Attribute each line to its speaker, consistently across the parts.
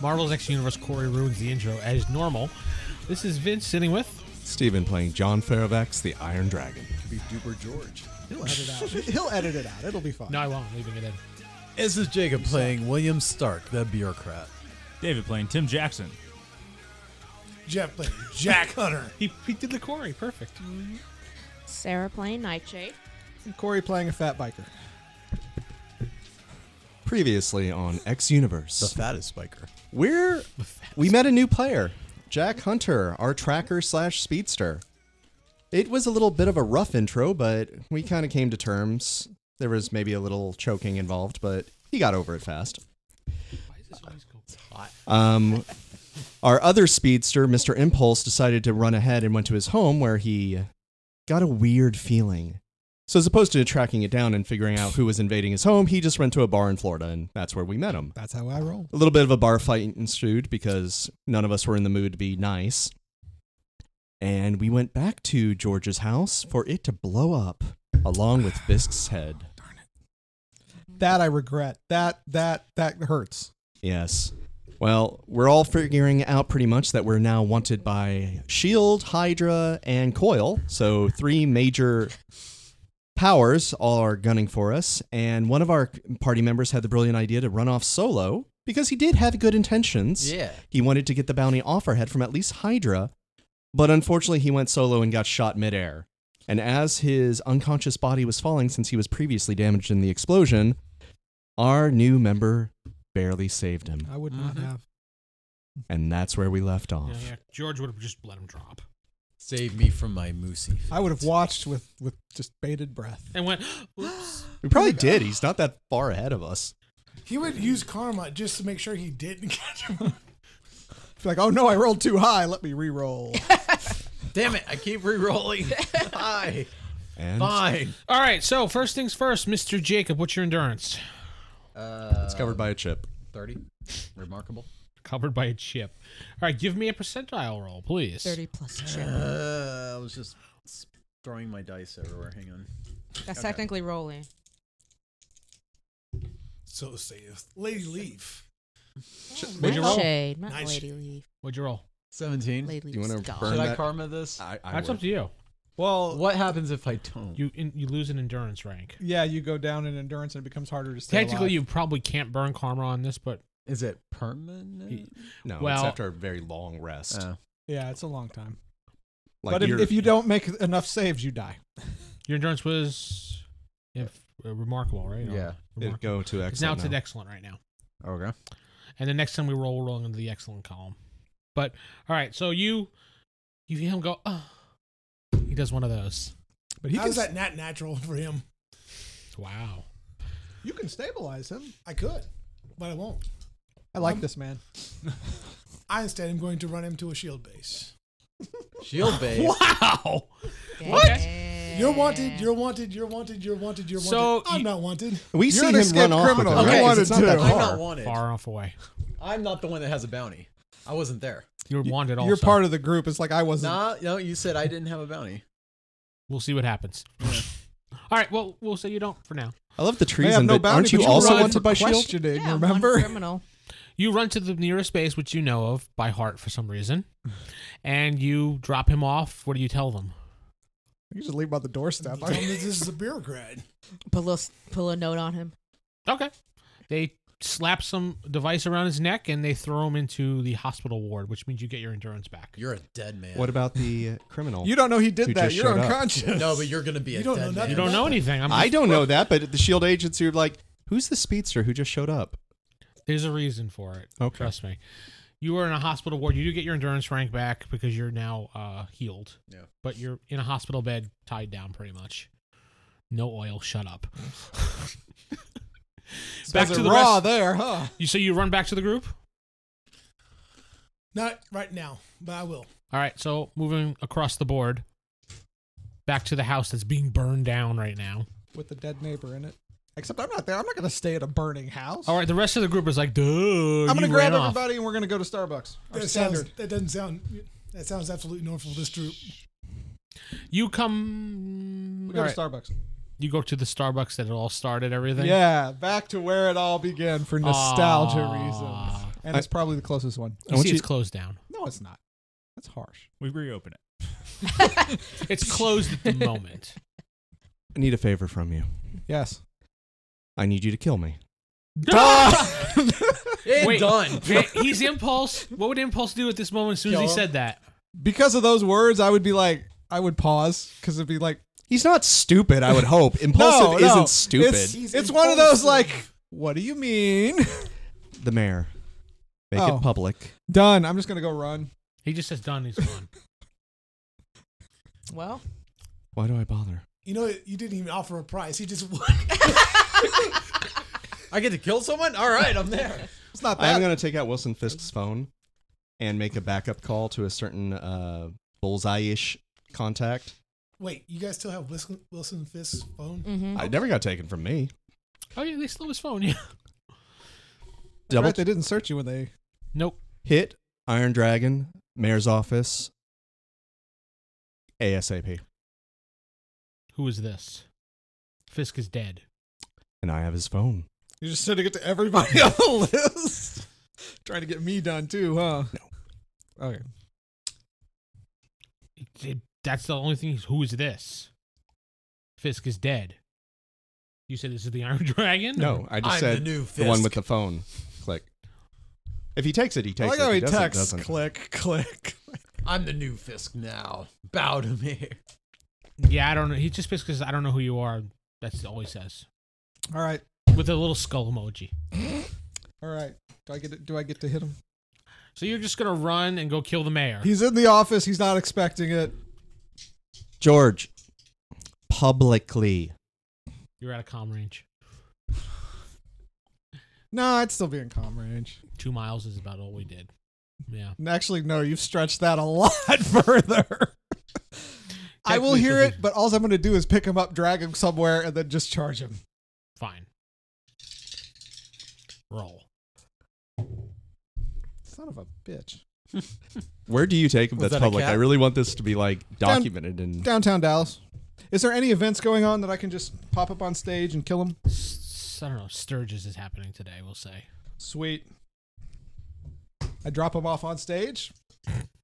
Speaker 1: Marvel's Next Universe, Corey ruins the intro as normal. This is Vince sitting with.
Speaker 2: Steven playing John Faravax, the Iron Dragon.
Speaker 3: Could be Duper George.
Speaker 4: He'll edit out. He'll edit it out. It'll be fine.
Speaker 1: No, I won't. I'm leaving it in.
Speaker 5: This is Jacob playing William Stark, the bureaucrat.
Speaker 6: David playing Tim Jackson.
Speaker 4: Jeff played Jack Hunter.
Speaker 1: He, he did the Corey. Perfect.
Speaker 7: Sarah playing Nightshade.
Speaker 4: And Corey playing a fat biker.
Speaker 2: Previously on X
Speaker 5: The
Speaker 2: Universe,
Speaker 5: fattest biker.
Speaker 2: we're we met a new player, Jack Hunter, our tracker slash speedster. It was a little bit of a rough intro, but we kind of came to terms. There was maybe a little choking involved, but he got over it fast.
Speaker 1: Why does this always go hot?
Speaker 2: Um, our other speedster, Mr. Impulse, decided to run ahead and went to his home where he got a weird feeling. So, as opposed to tracking it down and figuring out who was invading his home, he just went to a bar in Florida, and that's where we met him.
Speaker 4: That's how I roll.
Speaker 2: A little bit of a bar fight ensued because none of us were in the mood to be nice. And we went back to George's house for it to blow up along with Bisk's head.
Speaker 4: That I regret. That that that hurts.
Speaker 2: Yes. Well, we're all figuring out pretty much that we're now wanted by Shield, E Hydra, and Coil. So three major powers all are gunning for us. And one of our party members had the brilliant idea to run off solo because he did have good intentions.
Speaker 5: Yeah.
Speaker 2: He wanted to get the bounty off our head from at least Hydra, but unfortunately he went solo and got shot midair. And as his unconscious body was falling, since he was previously damaged in the explosion, our new member barely saved him.
Speaker 4: I would not
Speaker 1: Mhm.
Speaker 4: have.
Speaker 2: And that's where we left off.
Speaker 1: Yeah, yeah. George would have just let him drop
Speaker 5: Save me from my moosey.
Speaker 4: I would have watched with with just bated breath.
Speaker 1: and went. Oops.
Speaker 2: We probably did. He's not that far ahead of us.
Speaker 8: He would use karma just to make sure he didn't catch him.
Speaker 4: It's like, oh no, I rolled too high. Let me re-roll.
Speaker 5: Damn it! I keep re-rolling. Hi.
Speaker 2: And
Speaker 5: Fine.
Speaker 1: All right. So first things first, Mr. Jacob. What's your endurance?
Speaker 5: Uh,
Speaker 2: it's covered by a chip.
Speaker 5: thirty. Remarkable.
Speaker 1: Covered by a chip. All right. Give me a percentile roll, please.
Speaker 7: 30 plus chip.
Speaker 5: Uh, I was just throwing my dice everywhere. Hang on.
Speaker 7: That's technically rolling.
Speaker 8: so saith Lady Leaf.
Speaker 1: What'd you roll?
Speaker 7: Nightshade, not
Speaker 8: Nightshade.
Speaker 7: Lady Leaf.
Speaker 1: What'd you roll?
Speaker 5: Seventeen.
Speaker 7: Lady
Speaker 2: you wanna
Speaker 7: Leaf's gone.
Speaker 2: burn
Speaker 5: Should I
Speaker 2: that- Uh,
Speaker 5: karma this?
Speaker 2: I,
Speaker 1: That's up to you.
Speaker 4: well,
Speaker 5: What happens if I don't?
Speaker 1: You in, you lose an endurance rank.
Speaker 4: yeah, you go down in endurance and it becomes harder to stay.
Speaker 1: Technically,
Speaker 4: alive.
Speaker 1: you probably can't burn karma on this, but
Speaker 5: Is it permanent?
Speaker 2: No,
Speaker 1: Well-
Speaker 2: it's after a very long rest.
Speaker 5: Oh.
Speaker 4: yeah, it's a long time.
Speaker 2: Like
Speaker 4: but if,
Speaker 2: you're-
Speaker 4: if you don't make enough saves, you die.
Speaker 1: your endurance was if uh, remarkable, right? Or
Speaker 5: Yeah.
Speaker 2: it'd
Speaker 1: remarkable.
Speaker 2: go to excellent.
Speaker 1: It's now it's
Speaker 2: now.
Speaker 1: an excellent right now.
Speaker 5: Okay.
Speaker 1: And the next time we roll, we're rolling into the excellent column. But all right, so you you hear him go. Oh. He does one of those.
Speaker 4: But he
Speaker 8: How's
Speaker 4: can,
Speaker 8: that not natural for him?
Speaker 1: Wow.
Speaker 4: you can stabilize him.
Speaker 8: I could, but I won't.
Speaker 4: I like this man.
Speaker 8: I instead am going to run him to a shield base.
Speaker 5: Shield base.
Speaker 1: Wow.
Speaker 8: You're wanted. You're wanted. You're wanted. You're wanted. You're wanted.
Speaker 1: So
Speaker 8: I'm
Speaker 1: you-
Speaker 8: not wanted.
Speaker 2: we
Speaker 4: You're
Speaker 2: see
Speaker 4: an
Speaker 2: him
Speaker 4: escaped
Speaker 2: run off.
Speaker 4: criminal.
Speaker 2: With it, right?
Speaker 4: You
Speaker 2: 'Cause
Speaker 4: wanted
Speaker 2: it's not that
Speaker 4: to.
Speaker 2: far.
Speaker 5: I'm not wanted.
Speaker 1: Far enough away.
Speaker 5: I'm not the one that has a bounty. I wasn't there.
Speaker 1: You were wanted. Also.
Speaker 4: You're part of the group. It's like I wasn't.
Speaker 5: Nah, no, you said I didn't have a bounty.
Speaker 1: We'll see what happens. all right. Well, we'll say you don't for now.
Speaker 2: I love the
Speaker 4: May
Speaker 2: treason,
Speaker 4: have no
Speaker 2: but
Speaker 4: bounty,
Speaker 2: aren't you
Speaker 4: but
Speaker 2: also
Speaker 4: run
Speaker 2: wanted
Speaker 4: for
Speaker 2: by Shield?
Speaker 4: questioning,
Speaker 7: Yeah, I'm one
Speaker 4: remember?
Speaker 7: criminal.
Speaker 1: You run to the nearest base, which you know of by heart for some reason, and you drop him off. What do you tell them?
Speaker 4: You just leave him on the doorstep.
Speaker 8: Tell him that this is a bureaucrat.
Speaker 7: Put a, little, put a little note on him.
Speaker 1: Okay. They slap some device around his neck and they throw him into the hospital ward, which means you get your endurance back.
Speaker 5: You're a dead man.
Speaker 2: What about the uh, criminal?
Speaker 4: You don't know he
Speaker 2: Who
Speaker 4: did that.
Speaker 2: just
Speaker 4: You're
Speaker 2: showed up.
Speaker 4: unconscious.
Speaker 5: no, but you're gonna be a
Speaker 8: You don't
Speaker 5: dead
Speaker 8: know
Speaker 5: man.
Speaker 1: You don't know anything. I'm
Speaker 2: I
Speaker 1: just-
Speaker 2: don't know that, but the Shield agents are like, who's the speedster who just showed up?
Speaker 1: There's a reason for it.
Speaker 2: Okay.
Speaker 1: Trust me. You were in a hospital ward. You do get your endurance rank back because you're now uh, healed.
Speaker 5: Yeah.
Speaker 1: But you're in a hospital bed, tied down pretty much. No oil. Shut up. back to the
Speaker 4: raw
Speaker 1: rest.
Speaker 4: there, huh?
Speaker 1: You so you run back to the group.
Speaker 8: Not right now, but I will.
Speaker 1: All right. So moving across the board, back to the house that's being burned down right now.
Speaker 4: With the dead neighbor in it. Except I'm not there. I'm not going to stay at a burning house.
Speaker 1: All right, the rest of the group is like, duh.
Speaker 4: I'm
Speaker 1: you
Speaker 4: going to grab
Speaker 1: ran off."
Speaker 4: everybody and we're going to go to Starbucks. Our
Speaker 8: That sounds.
Speaker 4: standard.
Speaker 8: That doesn't sound. That sounds absolutely normal for this troop.
Speaker 1: You come.
Speaker 4: We go
Speaker 1: all right,
Speaker 4: to Starbucks.
Speaker 1: you go to the Starbucks that it all started, everything.
Speaker 4: Yeah, back to where it all began for nostalgia
Speaker 1: Aw.
Speaker 4: reasons. and
Speaker 2: I-
Speaker 4: it's probably the closest one.
Speaker 2: I
Speaker 1: You
Speaker 2: want
Speaker 1: see,
Speaker 2: you-
Speaker 1: it's closed down.
Speaker 4: No, it's not. That's harsh.
Speaker 6: We reopen it.
Speaker 1: It's closed at the moment.
Speaker 2: I need a favor from you.
Speaker 4: Yes.
Speaker 2: I need you to kill me.
Speaker 1: Wait.
Speaker 5: done.
Speaker 1: Man, He's impulse. What would impulse do at this moment? As soon as he
Speaker 4: Kill him.
Speaker 1: said that,
Speaker 4: Because of those words, I would be like, I would pause because it'd be like,
Speaker 2: He's not stupid, I would hope. Impulsive
Speaker 4: no, no,
Speaker 2: isn't stupid.
Speaker 4: It's,
Speaker 8: He's
Speaker 4: it's one of those
Speaker 8: impulsive.
Speaker 4: like, what do you mean?
Speaker 2: The mayor. Make
Speaker 4: Oh.
Speaker 2: it public.
Speaker 4: Done. I'm just gonna go run.
Speaker 1: he just says done. He's gone.
Speaker 7: well,
Speaker 2: Why do I bother?
Speaker 8: You know, you didn't even offer a prize. He just
Speaker 5: I get to kill someone? All right, I'm there.
Speaker 4: It's not
Speaker 2: I am
Speaker 4: that.
Speaker 2: going to take out Wilson Fisk's phone and make a backup call to a certain uh, bullseye-ish contact.
Speaker 8: wait. You guys still have Wilson, Wilson Fisk's phone?
Speaker 7: mm-hmm.
Speaker 2: I never got taken from me.
Speaker 1: Oh yeah, they stole his phone. Yeah.
Speaker 2: Double
Speaker 4: right, they didn't search you when they.
Speaker 1: Nope.
Speaker 2: hit Iron Dragon, Mayor's office, ASAP,
Speaker 1: Who is this? Fisk is dead.
Speaker 2: and I have his phone.
Speaker 4: You're just sending it to everybody on the list, trying to get me done too, huh? No. Okay.
Speaker 1: It- it- that's the only thing. Who is this? Fisk is dead. You said this is the Iron Dragon.
Speaker 2: No, I just
Speaker 8: I'm
Speaker 2: said
Speaker 8: the new
Speaker 2: the one
Speaker 8: Fisk.
Speaker 2: with the phone. Click. If he takes it, he
Speaker 4: I
Speaker 2: takes
Speaker 4: like
Speaker 2: it.
Speaker 4: how
Speaker 2: If
Speaker 4: he
Speaker 2: he doesn't,
Speaker 4: texts.
Speaker 2: doesn't.
Speaker 4: Click, click.
Speaker 5: I'm the new Fisk now. Bow to me.
Speaker 1: Yeah, I don't know. He just basically says, "I don't know who you are." That's all he says
Speaker 4: All right.
Speaker 1: with a little skull emoji.
Speaker 4: All right. Do I get to, do I get to hit him?
Speaker 1: So you're just gonna run and go kill the mayor.
Speaker 4: He's in the office. He's not expecting it.
Speaker 2: George, publicly.
Speaker 1: You're out of comm range.
Speaker 4: No, I'd still be in calm range.
Speaker 1: Two miles is about all we did. Yeah.
Speaker 4: Actually, no, you've stretched that a lot further. I will hear it,
Speaker 1: Technically.
Speaker 4: but all I'm going to do is pick him up, drag him somewhere, and then just charge him.
Speaker 1: Fine. Roll.
Speaker 4: Son of a bitch.
Speaker 2: Where do you take him
Speaker 5: Was
Speaker 2: that's
Speaker 5: that a
Speaker 2: public?
Speaker 5: cat?
Speaker 2: I really want this to be like documented and
Speaker 4: Downtown Dallas. Is there any events going on that I can just pop up on stage and kill him?
Speaker 1: S- I don't know. Sturgis is happening today. We'll say.
Speaker 4: Sweet. I drop him off on stage,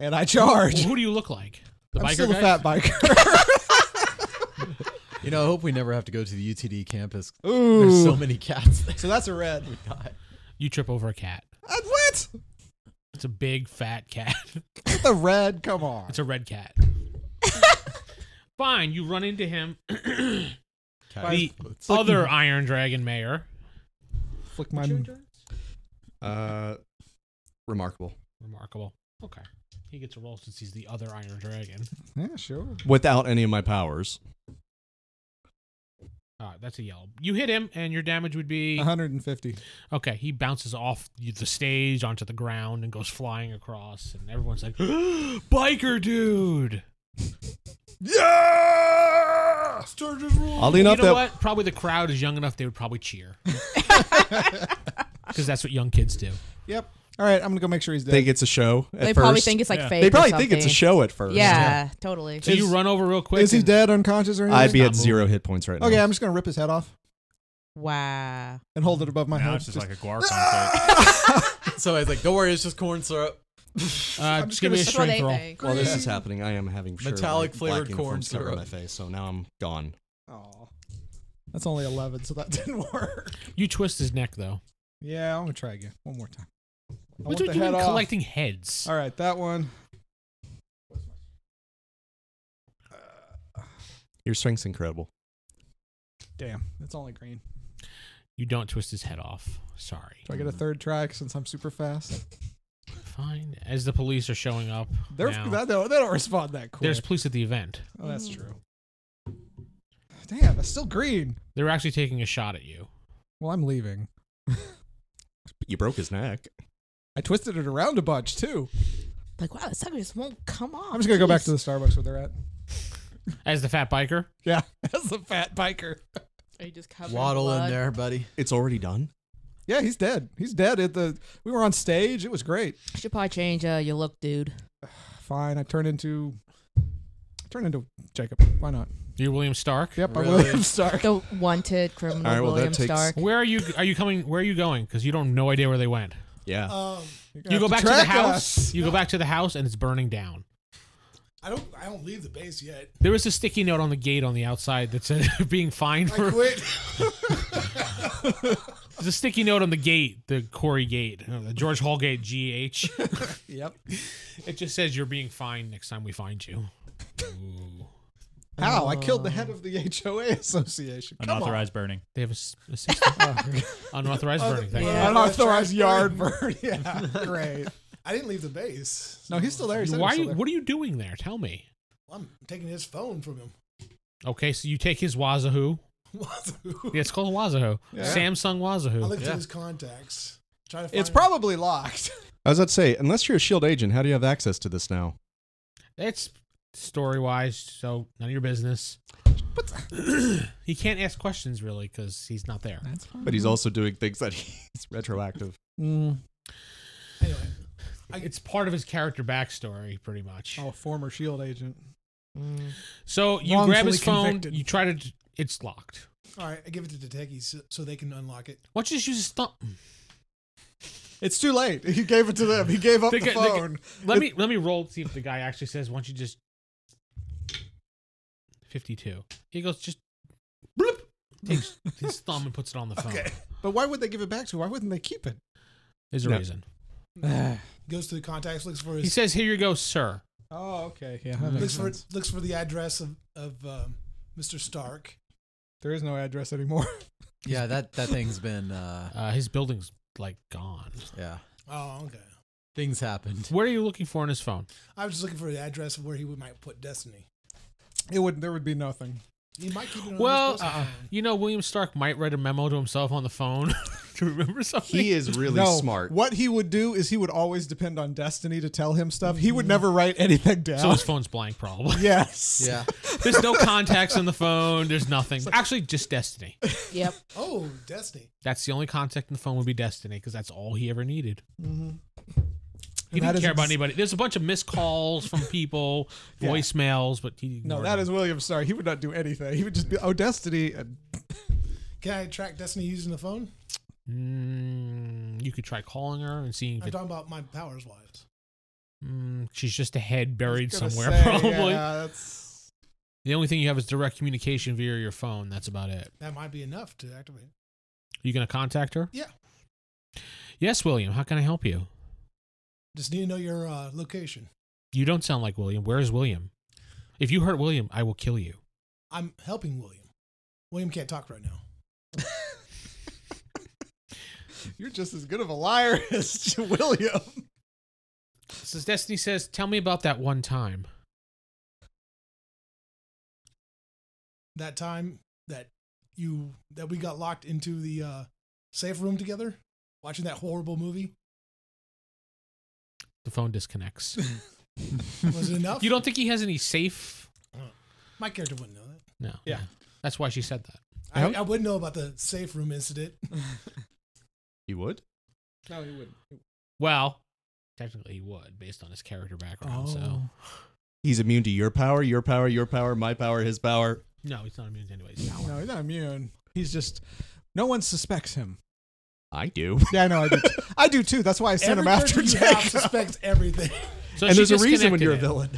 Speaker 4: and I charge.
Speaker 1: who do you look like? The
Speaker 4: I'm
Speaker 1: biker
Speaker 4: still a
Speaker 1: guy?
Speaker 4: fat biker.
Speaker 5: You know, I hope we never have to go to the UTD campus.
Speaker 4: Ooh.
Speaker 5: There's so
Speaker 4: so,
Speaker 5: many cats there.
Speaker 4: that's a red.
Speaker 5: We die.
Speaker 1: You trip over a cat.
Speaker 4: Uh, what?
Speaker 1: It's a big fat cat.
Speaker 4: Get the red. Come on.
Speaker 1: It's a red cat. Fine. You run into him.
Speaker 5: Cat
Speaker 1: The
Speaker 5: explodes.
Speaker 1: Other Iron Dragon Mayor.
Speaker 4: Flick my.
Speaker 2: uh, remarkable.
Speaker 1: Remarkable. Okay. He gets a roll since he's the other Iron Dragon.
Speaker 4: Yeah, sure.
Speaker 2: Without any of my powers.
Speaker 1: All right, that's a yellow. You hit him, and your damage would be
Speaker 4: Uh-huh. 150.
Speaker 1: okay. He bounces off the stage onto the ground and goes flying across, and everyone's like, "Biker dude!"
Speaker 4: Yeah!
Speaker 8: Sturgis rule.
Speaker 2: Oddly enough,
Speaker 1: you know
Speaker 2: that
Speaker 1: what? Probably the crowd is young enough; they would probably cheer because that's what young kids do.
Speaker 4: Yep. All right, I'm gonna go make sure he's dead.
Speaker 2: think it's a show. At
Speaker 7: they
Speaker 2: first.
Speaker 7: probably think it's like
Speaker 6: Yeah.
Speaker 7: fake.
Speaker 2: they
Speaker 7: or
Speaker 2: probably think it's a
Speaker 7: something.
Speaker 2: show at first.
Speaker 7: Yeah, totally.
Speaker 1: So you
Speaker 4: Is-
Speaker 1: run over real quick.
Speaker 4: Is he
Speaker 1: and-
Speaker 4: dead, unconscious, or anything?
Speaker 2: I'd be
Speaker 1: Not
Speaker 2: at
Speaker 1: moving.
Speaker 2: zero hit points right now.
Speaker 4: okay, I'm just gonna rip his head off
Speaker 7: Wow.
Speaker 4: and hold it above my
Speaker 6: now
Speaker 4: head. Ah,
Speaker 6: it's just, like a guar concert.
Speaker 5: So I was like, don't worry, it's just corn syrup.
Speaker 1: Uh, I'm just give me a
Speaker 7: That's what
Speaker 1: strength
Speaker 7: they
Speaker 1: roll.
Speaker 7: think.
Speaker 2: While this is happening, I am having sure
Speaker 5: Metallic
Speaker 2: my
Speaker 5: flavored
Speaker 2: black
Speaker 5: corn
Speaker 2: uniform's covered
Speaker 5: syrup.
Speaker 2: my face, so now I'm gone.
Speaker 4: Aw. that's only 11, so that didn't work.
Speaker 1: You twist his neck though.
Speaker 4: Yeah, I'm gonna try again one more time. I
Speaker 1: What's
Speaker 4: want the
Speaker 1: with you
Speaker 4: head
Speaker 1: been
Speaker 4: off.
Speaker 1: collecting heads?
Speaker 4: All right, that one.
Speaker 2: Your strength's incredible.
Speaker 4: Damn, it's only green.
Speaker 1: You don't twist his head off. Sorry.
Speaker 4: Do I get a third try since I'm super fast?
Speaker 1: Fine. As the police are showing up,
Speaker 4: They're,
Speaker 1: now,
Speaker 4: that- they don't- they don't respond that quick.
Speaker 1: there's Hmm. police at the event.
Speaker 4: oh, that's true. Damn, it's still green.
Speaker 1: They're actually taking a shot at you.
Speaker 4: Well, I'm leaving.
Speaker 2: You broke his neck.
Speaker 4: I twisted it around a bunch too.
Speaker 7: Like, wow, the sucker just won't come off.
Speaker 4: I'm just gonna go back
Speaker 7: Jeez.
Speaker 4: to the Starbucks where they're at.
Speaker 1: As the fat biker.
Speaker 4: Yeah, as the fat biker.
Speaker 7: Are you just covered
Speaker 5: Waddle
Speaker 7: blood?
Speaker 5: in there, buddy.
Speaker 2: It's already done.
Speaker 4: Yeah, he's dead. He's dead. At the we were on stage. It was great.
Speaker 7: Should probably change uh, your look, dude.
Speaker 4: Fine. I turned into I turned into Jacob. Why not?
Speaker 1: You're William Stark.
Speaker 4: Yep,
Speaker 5: Really?
Speaker 4: I'm William Stark.
Speaker 7: The wanted criminal
Speaker 2: All right, well, that
Speaker 7: William
Speaker 2: takes-
Speaker 7: Stark.
Speaker 1: Where are you? Are you coming? Where are you going? Because you don't have no idea where they went.
Speaker 2: Yeah.
Speaker 8: Um,
Speaker 1: You go
Speaker 4: have
Speaker 1: back
Speaker 4: to
Speaker 1: to the
Speaker 4: track
Speaker 1: house.
Speaker 4: us.
Speaker 1: You go back to the house, and it's burning down.
Speaker 8: I don't. I don't leave the base yet.
Speaker 1: There was a sticky note on the gate on the outside that said being fined
Speaker 8: I
Speaker 1: for.
Speaker 8: quit.
Speaker 1: There's a sticky note on the gate, the Corey gate, uh, the George Hall gate, GH.
Speaker 4: Yep.
Speaker 1: It just says you're being fined next time we find you. Ooh.
Speaker 4: How? I killed the head of the HOA association. Come on.
Speaker 6: Unauthorized burning.
Speaker 1: They have a, s- a system. unauthorized burning. Thank you.
Speaker 8: Yeah.
Speaker 4: Unauthorized yard burn. Yeah, great.
Speaker 8: I didn't leave the base.
Speaker 4: No, he's still there. He said he
Speaker 1: Why? Are
Speaker 4: was still
Speaker 1: you,
Speaker 4: there.
Speaker 1: what are you doing there? Tell me.
Speaker 8: I'm taking his phone from him.
Speaker 1: Okay, so you take his Wazahoo.
Speaker 8: Wazoo.
Speaker 1: Yeah, it's called a Wazahoo.
Speaker 4: Yeah.
Speaker 1: Samsung
Speaker 8: I
Speaker 1: Wazahoo.
Speaker 8: looked through his contacts. Try to find
Speaker 4: It's probably locked.
Speaker 2: I was about to say, unless you're a shield E agent, how do you have access to this now?
Speaker 1: It's story wise, so none of your business. he can't ask questions really because he's not there.
Speaker 2: But he's also doing things that he's retroactive.
Speaker 4: Mm.
Speaker 8: Anyway,
Speaker 1: It's part of his character backstory, pretty much.
Speaker 4: Oh, former Shield agent.
Speaker 1: So you
Speaker 4: Wrongfully
Speaker 1: grab his phone,
Speaker 4: convicted.
Speaker 1: you try to. It's locked.
Speaker 8: all right. I give it to the techies so, so they can unlock it.
Speaker 1: Why don't you just use his thumb?
Speaker 4: It's too late. He gave it to them. He gave up
Speaker 1: They
Speaker 4: the,
Speaker 1: ca- they ca-
Speaker 4: phone.
Speaker 1: Let me let me roll see if the guy actually says. Why don't you just fifty-two? He goes just bloop. Takes his thumb and puts it on the phone.
Speaker 4: But why would they give it back to? Why wouldn't they keep it?
Speaker 1: There's a
Speaker 2: No.
Speaker 1: reason.
Speaker 8: Goes to the contacts, looks for
Speaker 1: He
Speaker 8: his,
Speaker 1: says, "Here you go, sir."
Speaker 4: oh, okay. Yeah. that makes
Speaker 8: looks for
Speaker 4: sense.
Speaker 8: looks for the address of of um, Mr. Stark.
Speaker 4: There is no address anymore.
Speaker 5: Yeah, that that thing's been. Uh,
Speaker 1: Uh, his building's like gone.
Speaker 5: yeah,
Speaker 8: Oh, okay.
Speaker 5: things happened.
Speaker 1: What are you looking for in his phone?
Speaker 8: I was just looking for the address of where he would, might put Destiny.
Speaker 4: It would. There would be nothing.
Speaker 8: He might keep it on
Speaker 1: Well,
Speaker 8: his personal
Speaker 4: uh-uh.
Speaker 1: uh,
Speaker 8: phone.
Speaker 1: you know, William Stark might write a memo to himself on the phone to remember something.
Speaker 2: He is really
Speaker 4: no,
Speaker 2: smart.
Speaker 4: What he would do is he would always depend on destiny to tell him stuff. He would never write anything down.
Speaker 1: so his phone's blank, probably.
Speaker 4: yes.
Speaker 5: Yeah,
Speaker 1: There's no contacts on the phone. There's nothing. Actually, just Destiny.
Speaker 7: Yep.
Speaker 8: oh, Destiny.
Speaker 1: That's the only contact in the phone would be Destiny because that's all he ever needed. He
Speaker 4: And that
Speaker 1: didn't
Speaker 4: is
Speaker 1: care about
Speaker 4: ex-
Speaker 1: anybody. There's a bunch of missed calls from people, voicemails, but he
Speaker 4: No,
Speaker 1: ignored
Speaker 4: that
Speaker 1: them.
Speaker 4: is William Starr. He would not do anything. He would just be, oh, Destiny. And
Speaker 8: Can I track Destiny using the phone?
Speaker 1: Mm, you could try calling her and seeing if
Speaker 8: I'm
Speaker 1: it,
Speaker 8: talking about my powers wise.
Speaker 1: mm, she's just a head buried
Speaker 4: gonna
Speaker 1: somewhere,
Speaker 4: say,
Speaker 1: probably.
Speaker 4: Yeah, that's,
Speaker 1: The only thing you have is direct communication via your phone. That's about it.
Speaker 8: That might be enough to activate. it.
Speaker 1: You gonna contact her?
Speaker 8: Yeah.
Speaker 1: Yes, William. How can I help you?
Speaker 8: Just need to know your uh, location.
Speaker 1: You don't sound like William. Where is William? If you hurt William, I will kill you.
Speaker 8: I'm helping William. William can't talk right now.
Speaker 4: you're just as good of a liar as William.
Speaker 1: Says Destiny says, "Tell me about that one time."
Speaker 8: That time that you that we got locked into the uh, safe room together, watching that horrible movie.
Speaker 1: The phone disconnects.
Speaker 8: Was it enough?
Speaker 1: you don't think he has any safe?
Speaker 8: my character wouldn't know that.
Speaker 1: No.
Speaker 4: Yeah.
Speaker 1: That's why she said that.
Speaker 8: I, I wouldn't know about the safe room incident.
Speaker 2: He would?
Speaker 4: No, he wouldn't.
Speaker 1: Well, technically he would, based on his character background.
Speaker 4: Oh.
Speaker 1: So
Speaker 2: He's immune to your power, your power, your power, my power, his power.
Speaker 1: no, he's not immune to anybody's power.
Speaker 4: No, he's not immune. He's just. No one suspects him.
Speaker 2: I do.
Speaker 4: Yeah, I know. I do. T- I do too. That's why I sent
Speaker 8: Every
Speaker 4: him after
Speaker 8: character you have
Speaker 4: Jacob.
Speaker 8: suspects everything.
Speaker 1: So
Speaker 2: and
Speaker 1: she
Speaker 2: there's a reason
Speaker 1: disconnected
Speaker 2: when you're a
Speaker 1: it.
Speaker 2: villain.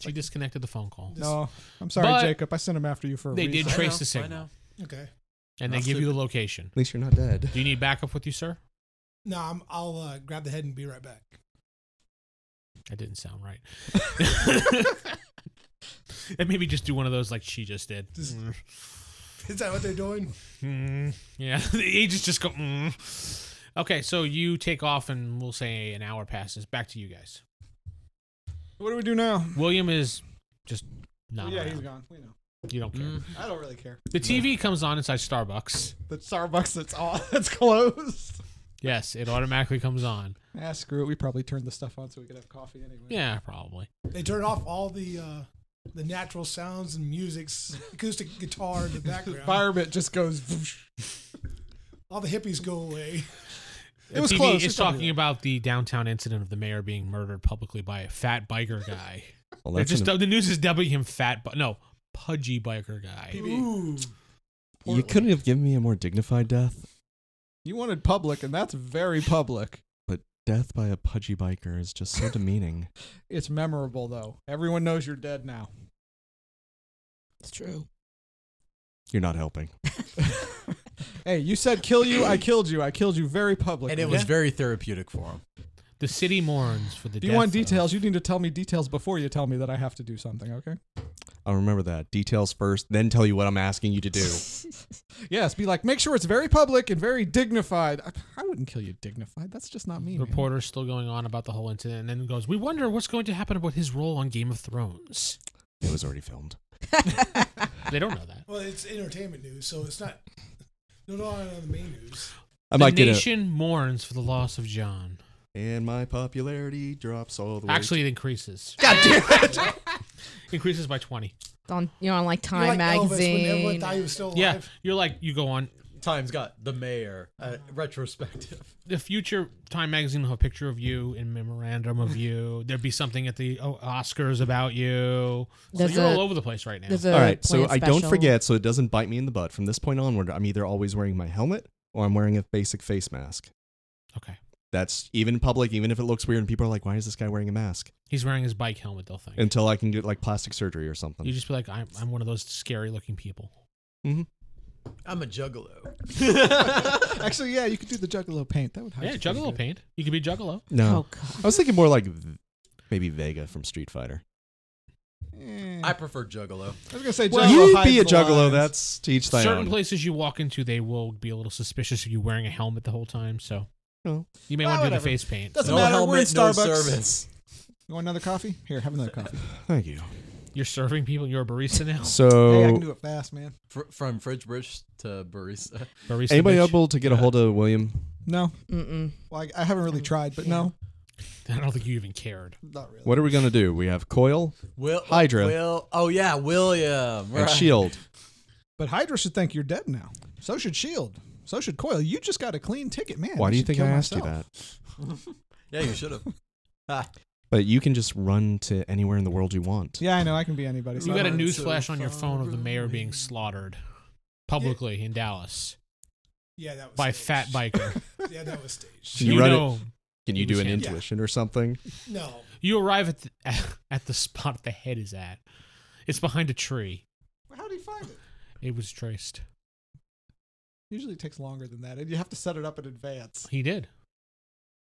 Speaker 1: She disconnected the phone call.
Speaker 4: No, I'm sorry,
Speaker 1: But-
Speaker 4: Jacob. I sent him after you for a
Speaker 1: They
Speaker 4: reason.
Speaker 1: did trace the signal,
Speaker 8: Okay.
Speaker 1: and they give you the location.
Speaker 2: At least you're not dead.
Speaker 1: Do you need backup with you, sir?
Speaker 8: No, I'm, I'll uh, grab the head and be right back.
Speaker 1: That didn't sound right. and maybe just do one of those like she just did.
Speaker 8: Just- Is that what they're doing?
Speaker 1: Mm, yeah, the agents just go. Mm. Okay, so you take off, and we'll say an hour passes. Back to you guys.
Speaker 4: What do we do now?
Speaker 1: William is just not.
Speaker 4: yeah,
Speaker 1: around.
Speaker 4: he's gone. Mm-hmm. We know.
Speaker 1: You don't care.
Speaker 4: I don't really care.
Speaker 1: The TV comes on inside Starbucks.
Speaker 4: The Starbucks that's all that's closed.
Speaker 1: Yes, it automatically comes on.
Speaker 4: Ah, screw it. We probably turned the stuff on so we could have coffee anyway.
Speaker 1: Yeah, probably.
Speaker 8: They turn off all the uh, the natural sounds and music's acoustic guitar in the background.
Speaker 4: Environment just goes. Whoosh.
Speaker 8: All the hippies go away.
Speaker 1: The
Speaker 4: was
Speaker 1: TV
Speaker 4: close,
Speaker 1: is
Speaker 4: it's probably
Speaker 1: talking about the downtown incident of the mayor being murdered publicly by a fat biker guy.
Speaker 2: Well,
Speaker 1: They're
Speaker 2: that's
Speaker 1: just
Speaker 2: an-
Speaker 1: the news is dubbing him fat, but no, pudgy biker guy.
Speaker 8: Ooh.
Speaker 2: you couldn't have given me a more dignified death.
Speaker 4: You wanted public, and that's very public.
Speaker 2: But death by a pudgy biker is just so demeaning.
Speaker 4: It's memorable, though. Everyone knows you're dead now.
Speaker 7: It's true.
Speaker 2: You're not helping.
Speaker 4: Hey, you said kill you. I killed you. I killed you very publicly.
Speaker 5: And it was very therapeutic for him.
Speaker 1: The city mourns for the
Speaker 4: If you
Speaker 1: death
Speaker 4: want
Speaker 1: of-
Speaker 4: details, you need to tell me details before you tell me that I have to do something, okay?
Speaker 2: I'll remember that. Details first, then tell you what I'm asking you to do.
Speaker 4: Yes, be like, make sure it's very public and very dignified. I, I wouldn't kill you dignified. That's just not me.
Speaker 1: The
Speaker 4: man.
Speaker 1: reporter's still going on about the whole incident and then goes, We wonder what's going to happen about his role on Game of Thrones.
Speaker 2: it was already filmed.
Speaker 1: They don't know that.
Speaker 8: Well, it's entertainment news, so it's not. No, no, on the main news.
Speaker 2: I
Speaker 1: the
Speaker 2: might get it.
Speaker 1: nation mourns for the loss of John.
Speaker 2: And my popularity drops all the way.
Speaker 1: Actually, it increases. increases by 20.
Speaker 7: on you know on like
Speaker 8: You're
Speaker 7: Time
Speaker 8: like Elvis, when everyone
Speaker 7: magazine.
Speaker 8: thought he was still alive.
Speaker 1: Yeah, you're like, you go on.
Speaker 5: Time's got the mayor uh, retrospective.
Speaker 1: The future Time magazine will have a picture of you in memorandum of you. There'd be something at the O- Oscars about you. So
Speaker 7: There's
Speaker 1: you're
Speaker 7: a-
Speaker 1: all over the place right now.
Speaker 7: There's a
Speaker 2: all right, so
Speaker 7: plant
Speaker 2: I don't
Speaker 7: special.
Speaker 2: forget, so it doesn't bite me in the butt. From this point onward, I'm either always wearing my helmet or I'm wearing a basic face mask.
Speaker 1: Okay.
Speaker 2: That's even in public, even if it looks weird and people are like, why is this guy wearing a mask?
Speaker 1: He's wearing his bike helmet, they'll think.
Speaker 2: Until I can get like plastic surgery or something.
Speaker 1: you just be like, I'm, I'm one of those scary looking people.
Speaker 5: I'm a juggalo.
Speaker 4: Actually, yeah, you could do the juggalo paint. That would hide
Speaker 1: Yeah,
Speaker 4: you pretty
Speaker 1: Juggalo
Speaker 4: good.
Speaker 1: paint. You could be Juggalo.
Speaker 2: no.
Speaker 7: Oh god.
Speaker 2: I was thinking more like v- maybe Vega from Street Fighter.
Speaker 4: Eh,
Speaker 5: I prefer juggalo.
Speaker 4: I was gonna say
Speaker 2: Well,
Speaker 4: juggalo
Speaker 2: you
Speaker 4: hides
Speaker 2: be a
Speaker 4: the
Speaker 2: juggalo.
Speaker 4: lines.
Speaker 2: That's to each thine
Speaker 1: Certain
Speaker 2: own.
Speaker 1: places you walk into, they will be a little suspicious of you wearing a helmet the whole time. So
Speaker 2: Oh.
Speaker 1: you may
Speaker 4: Ah,
Speaker 1: want to do the
Speaker 4: whatever.
Speaker 1: face paint.
Speaker 4: Doesn't
Speaker 5: no
Speaker 4: matter.
Speaker 5: helmet,
Speaker 4: We're in
Speaker 5: no
Speaker 4: Starbucks.
Speaker 5: service.
Speaker 4: You want another coffee? Here, have another coffee.
Speaker 2: Thank you.
Speaker 1: You're serving people. You're a barista now.
Speaker 4: Hey, I can
Speaker 2: So,
Speaker 4: do it fast, man.
Speaker 5: Fr- from fridge bridge to barista.
Speaker 1: Barista
Speaker 2: anybody
Speaker 1: bitch.
Speaker 2: able to get a hold of William?
Speaker 4: No,
Speaker 7: Mm-mm.
Speaker 4: well, I, I haven't really tried, but no,
Speaker 1: I don't think you even cared.
Speaker 4: not really.
Speaker 2: What are we gonna do? We have Coil
Speaker 5: Will
Speaker 2: Hydra.
Speaker 5: Will oh yeah, William.
Speaker 2: and
Speaker 5: right.
Speaker 2: Shield.
Speaker 4: But Hydra should think you're dead now. So should Shield. E So should Coil. You just got a clean ticket, man.
Speaker 2: Why
Speaker 4: I
Speaker 2: do you
Speaker 4: should
Speaker 2: think
Speaker 4: kill
Speaker 2: I asked you
Speaker 4: myself.
Speaker 2: that?
Speaker 5: Yeah, you should have.
Speaker 2: But you can just run to anywhere in the world you want.
Speaker 4: Yeah, I know. I can be anybody.
Speaker 1: You got a
Speaker 5: Someone
Speaker 1: news
Speaker 5: so
Speaker 1: flash on your
Speaker 5: far
Speaker 1: phone of the mayor
Speaker 5: away.
Speaker 1: being slaughtered publicly in Dallas
Speaker 8: Yeah, that was
Speaker 1: by a
Speaker 8: staged.
Speaker 1: fat biker.
Speaker 8: Yeah, that was staged.
Speaker 2: Can you, run
Speaker 1: know,
Speaker 2: it? Can you do an
Speaker 1: Yeah.
Speaker 2: intuition or something?
Speaker 8: No,
Speaker 1: you arrive at the, at the spot the head is at. It's behind a tree.
Speaker 4: How do you find it?
Speaker 1: It was traced.
Speaker 4: Usually it takes longer than that, and you have to set it up in advance.
Speaker 1: He did.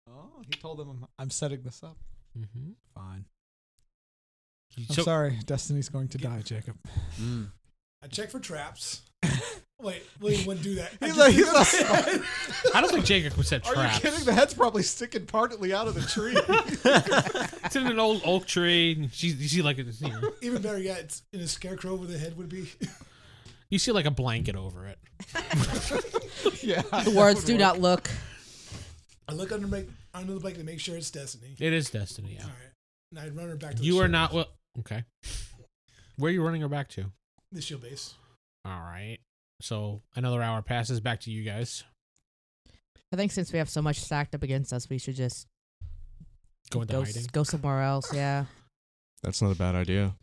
Speaker 4: Oh, he told them I'm, I'm setting this up.
Speaker 1: Mm-hmm.
Speaker 4: Fine. I'm
Speaker 1: So
Speaker 4: sorry, Destiny's going to die, Jacob.
Speaker 5: Mm.
Speaker 8: I checked for traps. Wait, William wouldn't do that. I
Speaker 4: He's
Speaker 8: just
Speaker 4: like,
Speaker 8: did
Speaker 4: he's
Speaker 8: that.
Speaker 4: like,
Speaker 1: I don't think Jacob would set
Speaker 4: are you
Speaker 1: traps.
Speaker 4: kidding? The head's probably sticking partly out of the tree.
Speaker 1: It's in an old oak tree. And she, you see like a, you, know,
Speaker 8: Even better yet, it's in a scarecrow where the head would be.
Speaker 1: you see like a blanket over it.
Speaker 4: yeah.
Speaker 7: The words do not look.
Speaker 8: I look under my under the blanket to make sure it's Destiny.
Speaker 1: It is destiny.
Speaker 8: All
Speaker 1: Yeah.
Speaker 8: right, and I run her back to the
Speaker 1: You are
Speaker 8: shield,
Speaker 1: not well. Okay. Where are you running her back to?
Speaker 8: the shield base.
Speaker 1: All right. So another hour passes. Back to you guys.
Speaker 7: I think since we have so much stacked up against us, we should just
Speaker 1: Go into
Speaker 7: go,
Speaker 1: hiding.
Speaker 7: go somewhere else. Yeah.
Speaker 2: That's not a bad idea.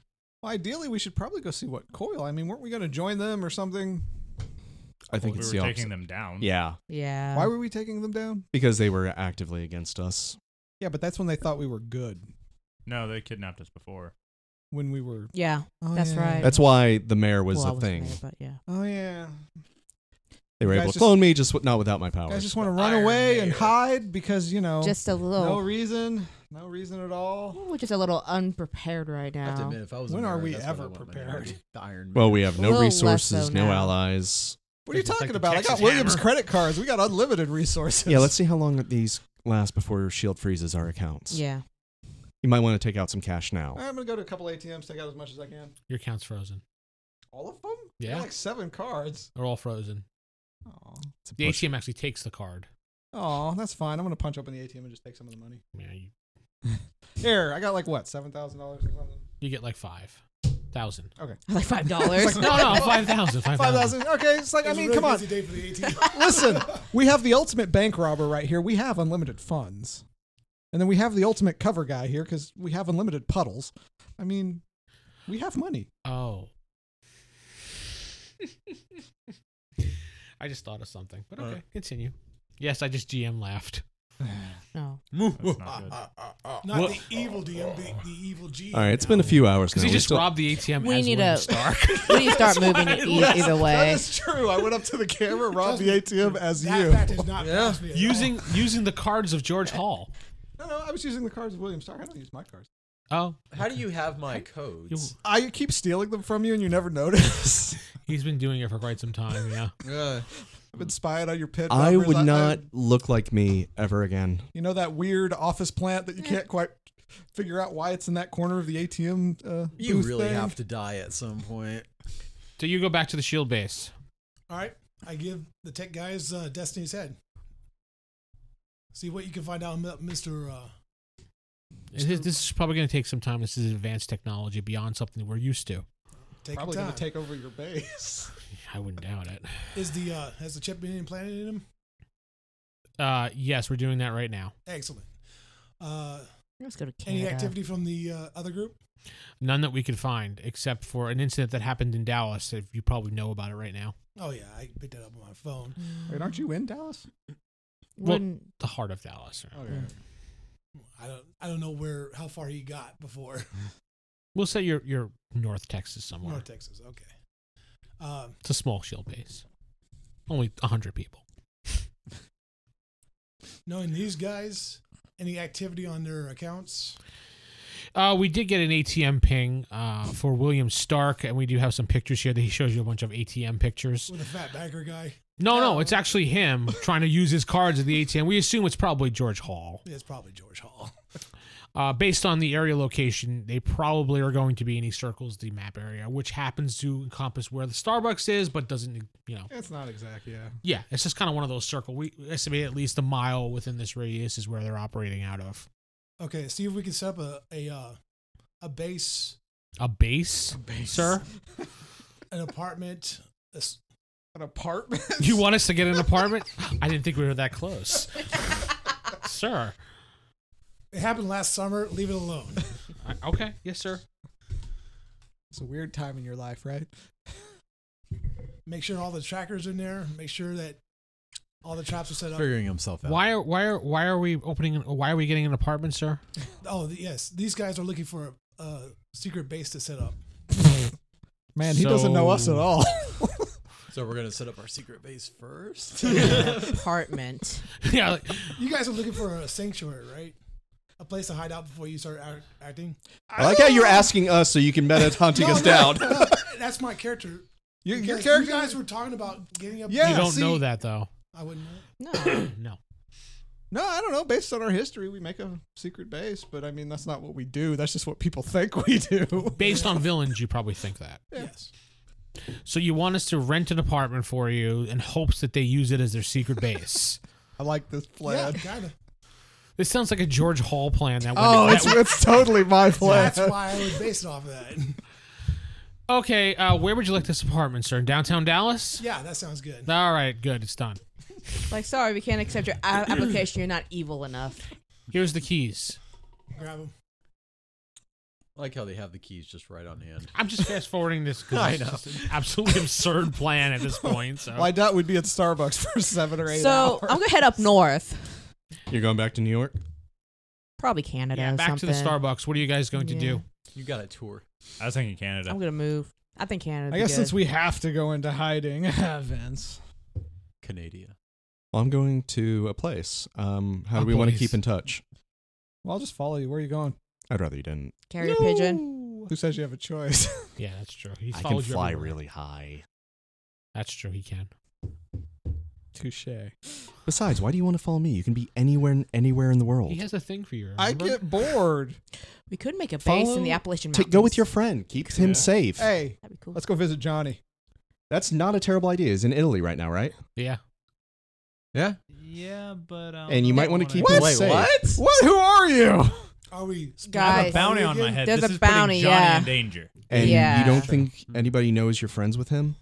Speaker 4: Well, ideally, we should probably go see what Coil. I mean, weren't we going to join them or something?
Speaker 2: I think
Speaker 6: we
Speaker 2: it's
Speaker 6: were
Speaker 2: the
Speaker 6: taking
Speaker 2: opposite.
Speaker 6: them down.
Speaker 2: Yeah,
Speaker 7: Yeah.
Speaker 4: Why were we taking them down?
Speaker 2: because they were actively against us.
Speaker 4: Yeah, but that's when they thought we were good.
Speaker 6: No, they kidnapped us before.
Speaker 4: When we were.
Speaker 7: yeah.
Speaker 4: Oh,
Speaker 7: That's
Speaker 4: yeah.
Speaker 7: right.
Speaker 2: That's why the mayor was
Speaker 7: well, I
Speaker 2: a
Speaker 7: wasn't
Speaker 2: thing.
Speaker 7: there, but yeah.
Speaker 4: Oh yeah.
Speaker 2: They were
Speaker 4: You
Speaker 2: able to
Speaker 4: guys just-
Speaker 2: clone me, just w- not without my
Speaker 4: You
Speaker 2: powers.
Speaker 4: guys just want to run
Speaker 5: Iron
Speaker 4: away and
Speaker 5: Mayor.
Speaker 4: hide because you
Speaker 2: Oh.
Speaker 4: know
Speaker 7: Just a
Speaker 4: no
Speaker 7: little.
Speaker 4: reason, no reason at all.
Speaker 7: We're just a little unprepared right
Speaker 5: I have to
Speaker 7: now.
Speaker 5: admit, if I was a
Speaker 4: When are
Speaker 5: mayor,
Speaker 4: we
Speaker 5: that's what
Speaker 4: ever
Speaker 5: I want my mayor
Speaker 4: prepared?
Speaker 5: to be, The Iron Man.
Speaker 2: well, we have
Speaker 7: A
Speaker 2: no
Speaker 7: little less
Speaker 2: resources,
Speaker 7: so
Speaker 2: no
Speaker 7: now.
Speaker 2: allies.
Speaker 4: What are you
Speaker 1: Like the-
Speaker 4: talking
Speaker 1: like the
Speaker 4: about? I got
Speaker 1: Texas
Speaker 4: Williams
Speaker 1: hammer.
Speaker 4: credit cards. We got unlimited resources.
Speaker 2: Yeah, let's see how long these last before Shield E freezes our accounts.
Speaker 7: Yeah.
Speaker 2: You might want to take out some cash now.
Speaker 4: All right, I'm gonna go to a couple ATMs, take out as much as I can.
Speaker 1: Your account's frozen.
Speaker 4: All of them? I
Speaker 1: Yeah.
Speaker 4: got like seven cards.
Speaker 1: They're all frozen.
Speaker 4: Oh,
Speaker 2: It's a
Speaker 1: The
Speaker 2: push.
Speaker 1: ATM actually takes the card.
Speaker 4: oh, that's fine. I'm gonna punch open the ATM and just take some of the money.
Speaker 1: Yeah, you,
Speaker 4: Here, I got like what, seven thousand dollars or something?
Speaker 1: you get like five thousand.
Speaker 7: Like five dollars.
Speaker 1: No, no, five thousand.
Speaker 4: Five thousand. Okay, it's like
Speaker 8: It
Speaker 4: I
Speaker 8: was a
Speaker 4: mean,
Speaker 8: really
Speaker 4: come on.
Speaker 8: busy day for the 18.
Speaker 4: Listen, we have the ultimate bank robber right here. We have unlimited funds. And then we have the ultimate cover guy here because we have unlimited puddles. I mean, we have money.
Speaker 1: Oh. I just thought of something, but okay, continue. Yes, I just GM laughed.
Speaker 7: No.
Speaker 6: That's not
Speaker 8: Uh,
Speaker 6: good.
Speaker 8: Not
Speaker 1: Well-
Speaker 8: the evil DM, the, the evil G.
Speaker 2: All right, it's been a few hours now.
Speaker 1: Because he
Speaker 2: We
Speaker 1: just
Speaker 2: still-
Speaker 1: robbed the ATM.
Speaker 7: We
Speaker 1: as
Speaker 7: need
Speaker 1: William
Speaker 7: a-
Speaker 1: Stark.
Speaker 7: We need to start moving it e- either way.
Speaker 4: That's true. I went up to the camera, robbed the ATM as
Speaker 8: That
Speaker 4: you.
Speaker 8: fact is not past me at
Speaker 1: using using the cards of George Hall.
Speaker 4: No, no, I was using the cards of William Stark. I don't use my cards.
Speaker 1: Oh,
Speaker 5: How do you have my codes?
Speaker 4: I keep stealing them from you, and you never notice.
Speaker 1: he's been doing it for quite some time. Yeah.
Speaker 5: Uh,
Speaker 4: I've been spying on your pit.
Speaker 2: I
Speaker 4: bumpers.
Speaker 2: would
Speaker 4: I-
Speaker 2: not look like me ever again.
Speaker 4: you know that weird office plant that you can't quite figure out why it's in that corner of the ATM. Uh,
Speaker 5: you
Speaker 4: booth
Speaker 5: really
Speaker 4: thing?
Speaker 5: have to die at some point.
Speaker 1: So you go back to the shield base.
Speaker 8: all. All right, I give the tech guys uh, Destiny's head. See what you can find out about Mister. Uh,
Speaker 1: It is- this is probably going to take some time. This is advanced technology beyond something we're used to.
Speaker 8: take your
Speaker 4: probably
Speaker 8: time.
Speaker 4: going to take over your base.
Speaker 1: I wouldn't doubt it.
Speaker 8: Is the uh, has the chip been implanted in him?
Speaker 1: Uh, yes, we're doing that right now.
Speaker 8: Excellent. Uh,
Speaker 7: Let's go to Canada.
Speaker 8: any activity from the uh, other group?
Speaker 1: None that we could find, except for an incident that happened in Dallas. If you probably know about it right now,
Speaker 8: Oh yeah, I picked that up on my phone.
Speaker 4: Wait, aren't you in Dallas?
Speaker 1: Well-
Speaker 7: Mm. Wouldn't
Speaker 1: the heart of Dallas.
Speaker 4: Oh,
Speaker 8: I don't I don't know where how far he got before
Speaker 1: We'll say you're you're North Texas somewhere.
Speaker 8: North Texas. Okay. Um,
Speaker 1: It's a small shield base, only hundred people.
Speaker 8: knowing these guys, any activity on their accounts?
Speaker 1: Uh, we did get an ATM ping uh, for William Stark, and we do have some pictures here that he shows you a bunch of ATM pictures.
Speaker 8: with a fat banker guy.
Speaker 1: No, no, it's actually him trying to use his cards at the ATM. We assume it's probably George Hall.
Speaker 8: It's probably George Hall.
Speaker 1: Uh, based on the area location, they probably are going to be and he circles the map area, which happens to encompass where the Starbucks is, but doesn't, you know.
Speaker 4: It's not exact, yeah.
Speaker 1: Yeah, it's just kind of one of those circle. We estimate at least a mile within this radius is where they're operating out of.
Speaker 8: Okay, see if we can set up a a uh, a base,
Speaker 1: A base, sir?
Speaker 8: an apartment. a s-
Speaker 4: An apartment.
Speaker 1: You want us to get an apartment? I didn't think we were that close. sir.
Speaker 8: It happened last summer. Leave it alone.
Speaker 1: I- okay, yes, sir.
Speaker 4: It's a weird time in your life, right?
Speaker 8: Make sure all the trackers are in there. Make sure that all the traps are set up.
Speaker 5: Figuring himself out.
Speaker 1: Why are why are why are we opening? an- Why are we getting an apartment, sir?
Speaker 8: Oh the- yes, these guys are looking for a, a secret base to set up.
Speaker 4: Man, he doesn't know us at
Speaker 1: So-
Speaker 4: all.
Speaker 5: So we're gonna set up our secret base first.
Speaker 7: apartment.
Speaker 1: yeah, like,
Speaker 8: You guys are looking for a sanctuary, right? A place to hide out before you start act- acting.
Speaker 2: I like how you're asking us so you can meta hunting us down.
Speaker 8: That's my character.
Speaker 4: You-
Speaker 8: You
Speaker 4: your
Speaker 8: guys,
Speaker 4: character.
Speaker 8: you guys were talking about getting up.
Speaker 4: Yeah.
Speaker 1: you don't
Speaker 4: see-
Speaker 1: know that though.
Speaker 8: I wouldn't. know.
Speaker 7: No.
Speaker 1: No.
Speaker 4: no, I don't know. Based on our history, we make a secret base, but I mean, that's not what we do. That's just what people think we do.
Speaker 1: Based on villains, you probably think that.
Speaker 8: Yes.
Speaker 1: So you want us to rent an apartment for you in hopes that they use it as their secret base.
Speaker 4: I like this
Speaker 8: Yeah,
Speaker 4: plan.
Speaker 8: kinda.
Speaker 1: this sounds like a George Hall plan. That
Speaker 4: Oh,
Speaker 1: that
Speaker 4: it's, it's totally my plan.
Speaker 8: That's why I would base it off of that.
Speaker 1: okay. Uh, where would you like this apartment, sir? In downtown Dallas.
Speaker 8: Yeah, that sounds good.
Speaker 1: All right, good. It's done.
Speaker 7: Like, sorry, we can't accept your a- application. You're not evil enough.
Speaker 1: Here's the keys.
Speaker 8: Grab him.
Speaker 5: I like how they have the keys just right on hand.
Speaker 1: I'm just fast forwarding this because it's just an absolutely absurd plan at this point. So
Speaker 4: Why doubt we'd be at Starbucks for seven or eight
Speaker 7: So
Speaker 4: hours.
Speaker 7: I'm gonna head up north,
Speaker 2: You're going back to New York?
Speaker 7: probably Canada.
Speaker 1: yeah,
Speaker 7: or
Speaker 1: back to the
Speaker 7: something.
Speaker 1: Starbucks. What are you guys going to
Speaker 7: Yeah.
Speaker 1: do?
Speaker 5: You got a tour.
Speaker 6: I was thinking Canada.
Speaker 7: I'm gonna move. I think Canada.
Speaker 4: I guess since we have to go into hiding, Vince.
Speaker 5: Canada.
Speaker 2: Well, I'm going to a place. Um, how
Speaker 1: A
Speaker 2: do we want to
Speaker 1: place.
Speaker 2: keep in touch?
Speaker 4: Well, I'll just follow you. Where are you going?
Speaker 2: I'd rather you didn't.
Speaker 7: carrier pigeon.
Speaker 4: Who says you have a choice?
Speaker 1: Yeah, that's true. He's
Speaker 2: I can
Speaker 1: followed you
Speaker 2: fly
Speaker 1: everywhere.
Speaker 2: really high.
Speaker 1: That's true. He can.
Speaker 4: Touche.
Speaker 2: Besides, why do you want to follow me? You can be anywhere, anywhere in the world.
Speaker 1: He has a thing for you.
Speaker 4: I
Speaker 1: remember?
Speaker 4: get bored.
Speaker 7: We could make a base in
Speaker 2: Follow-
Speaker 7: the Appalachian Mountains.
Speaker 2: Take, go with your friend. Keep him
Speaker 6: Yeah.
Speaker 2: safe.
Speaker 4: Hey,
Speaker 7: That'd be cool.
Speaker 4: let's go visit Johnny.
Speaker 2: That's not a terrible idea. He's in Italy right now, right?
Speaker 1: Yeah.
Speaker 5: Yeah.
Speaker 6: yeah, but um,
Speaker 2: And you might want to keep him
Speaker 5: Wait,
Speaker 2: safe.
Speaker 5: what?
Speaker 4: What? Who are you?
Speaker 8: Are
Speaker 6: I
Speaker 8: we
Speaker 6: have
Speaker 7: Guys.
Speaker 6: a bounty on my head.
Speaker 7: There's
Speaker 6: this
Speaker 7: a
Speaker 6: is putting
Speaker 7: bounty,
Speaker 6: Johnny
Speaker 7: yeah.
Speaker 6: in danger.
Speaker 2: And
Speaker 7: Yeah.
Speaker 6: Hmm.
Speaker 2: you don't think anybody knows you're friends with him?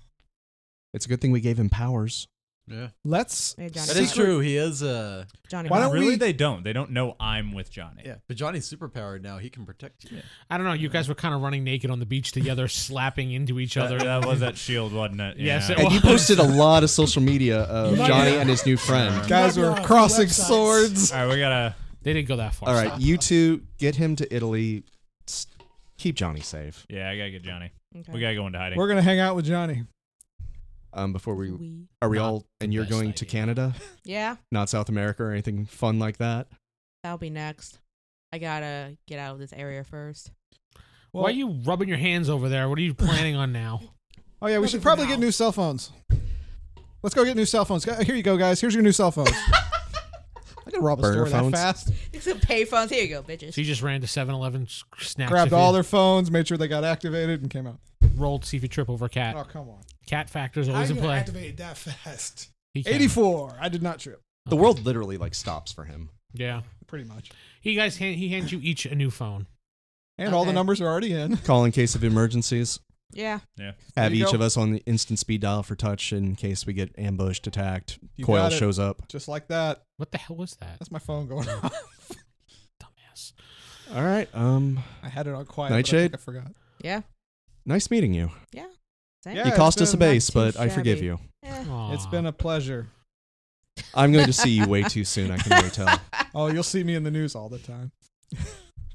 Speaker 2: It's a good thing we gave him powers.
Speaker 5: Yeah,
Speaker 4: Let's.
Speaker 7: Yeah, Johnny
Speaker 5: that
Speaker 7: Secret-
Speaker 5: is true. He is. Uh,
Speaker 7: Johnny
Speaker 4: Why
Speaker 7: Cotton.
Speaker 4: don't
Speaker 6: really,
Speaker 4: we-
Speaker 6: they don't. They don't know I'm with Johnny.
Speaker 5: yeah, but Johnny's superpowered now. He can protect you.
Speaker 1: I don't know. You guys were kind of running naked on the beach together, slapping into each
Speaker 6: That,
Speaker 1: other.
Speaker 6: that was that shield, wasn't it?
Speaker 1: Yes,
Speaker 6: Yeah.
Speaker 1: it
Speaker 2: And you posted a lot of social media of
Speaker 8: Yeah.
Speaker 2: Johnny and his new friend.
Speaker 4: Guys
Speaker 8: Not
Speaker 4: were
Speaker 8: on the
Speaker 4: crossing
Speaker 8: websites.
Speaker 4: swords.
Speaker 6: All right, we gotta.
Speaker 1: They didn't go that far.
Speaker 2: All right, you two get him to Italy. S- Keep Johnny safe
Speaker 6: Yeah, I gotta get Johnny.
Speaker 7: Okay.
Speaker 6: We gotta go into hiding.
Speaker 4: We're gonna hang out with Johnny.
Speaker 2: um, before we
Speaker 7: We-
Speaker 2: are we
Speaker 1: Not
Speaker 2: all and you're
Speaker 1: best
Speaker 2: going to
Speaker 1: idea.
Speaker 2: Canada,
Speaker 7: Yeah,
Speaker 2: not South America or anything fun like that.
Speaker 7: that'll be next. I gotta get out of this area first.
Speaker 1: Why are you rubbing your hands over there? What are you planning on now?
Speaker 4: Oh yeah, we
Speaker 8: Look
Speaker 4: should
Speaker 8: at
Speaker 4: probably
Speaker 8: now.
Speaker 4: get new cell phones. Let's go get new cell phones. Gu- Here you go, guys. Here's your new cell phones. I can rob a
Speaker 2: Burner
Speaker 4: store
Speaker 2: phones.
Speaker 4: that fast.
Speaker 7: Except payphones. Here you go, bitches.
Speaker 1: So you just ran to 7-Eleven, s- snatched,
Speaker 4: Grabbed
Speaker 1: if
Speaker 4: all
Speaker 1: you
Speaker 4: their phones, made sure they got activated, and came out.
Speaker 1: rolled, see if you trip over a cat.
Speaker 4: Oh come on.
Speaker 1: Cat factor's
Speaker 8: How
Speaker 1: always
Speaker 8: you
Speaker 1: in
Speaker 8: gonna
Speaker 1: play.
Speaker 8: activate it that fast?
Speaker 1: He can.
Speaker 4: 84. I did not trip.
Speaker 2: The world literally like stops for him.
Speaker 1: Yeah.
Speaker 4: Pretty much.
Speaker 1: He guys hand, he hands you each a new phone.
Speaker 4: And all the
Speaker 7: Okay.
Speaker 4: numbers are already in.
Speaker 2: Call in case of emergencies.
Speaker 7: yeah,
Speaker 2: Have
Speaker 4: you
Speaker 2: each
Speaker 4: go.
Speaker 2: of us on the instant speed dial for touch in case we get ambushed, attacked.
Speaker 4: You
Speaker 2: Coil
Speaker 4: got it.
Speaker 2: shows up.
Speaker 4: Just like that.
Speaker 1: What the hell was that?
Speaker 4: That's my phone going off.
Speaker 1: Dumbass.
Speaker 2: All right. Um,
Speaker 4: I had it on quiet.
Speaker 2: Nightshade?
Speaker 4: But I, think I forgot.
Speaker 7: yeah,
Speaker 2: nice meeting you.
Speaker 7: yeah. Same.
Speaker 4: Yeah.
Speaker 2: you cost us a
Speaker 4: it's been not
Speaker 2: base,
Speaker 7: too
Speaker 2: but I
Speaker 7: shabby.
Speaker 2: forgive you.
Speaker 7: Eh.
Speaker 1: Aw.
Speaker 4: It's been a pleasure.
Speaker 2: I'm going to see you way too soon. I can really tell.
Speaker 4: Oh, you'll see me in the news all the time.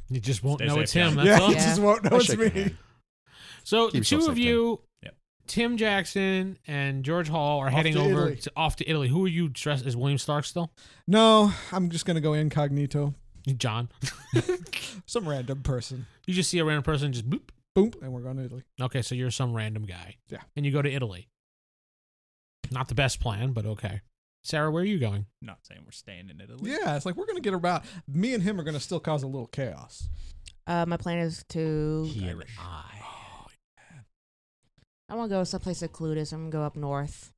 Speaker 1: you just won't
Speaker 6: Stay
Speaker 1: know
Speaker 6: safe,
Speaker 1: it's him.
Speaker 6: guys.
Speaker 1: That's
Speaker 4: yeah,
Speaker 1: all.
Speaker 4: you just won't know
Speaker 2: I
Speaker 4: it's
Speaker 2: shake your
Speaker 4: me.
Speaker 2: hand.
Speaker 1: So
Speaker 2: Keep
Speaker 1: the
Speaker 2: yourself
Speaker 1: two
Speaker 2: safe,
Speaker 1: of
Speaker 2: Tim.
Speaker 1: you,
Speaker 6: Yep.
Speaker 1: Tim Jackson and George Hall, are
Speaker 4: Off
Speaker 1: heading
Speaker 4: to
Speaker 1: over
Speaker 4: Italy.
Speaker 1: To, off to Italy. Who are you dressed as? William Stark still?
Speaker 4: No, I'm just gonna go incognito.
Speaker 1: John.
Speaker 4: Some random person.
Speaker 1: You just see a random person, just boop.
Speaker 4: Boom, and we're going to Italy.
Speaker 1: Okay, so you're some random guy.
Speaker 4: Yeah.
Speaker 1: And you go to Italy. Not the best plan, but okay. Sarah, where are you going?
Speaker 6: Not saying we're staying in Italy.
Speaker 4: Yeah, it's like we're gonna get about. Me and him are gonna still cause a little chaos.
Speaker 7: Uh, my plan is to.
Speaker 1: Here I.
Speaker 7: I want to go someplace secluded. So I'm gonna go up north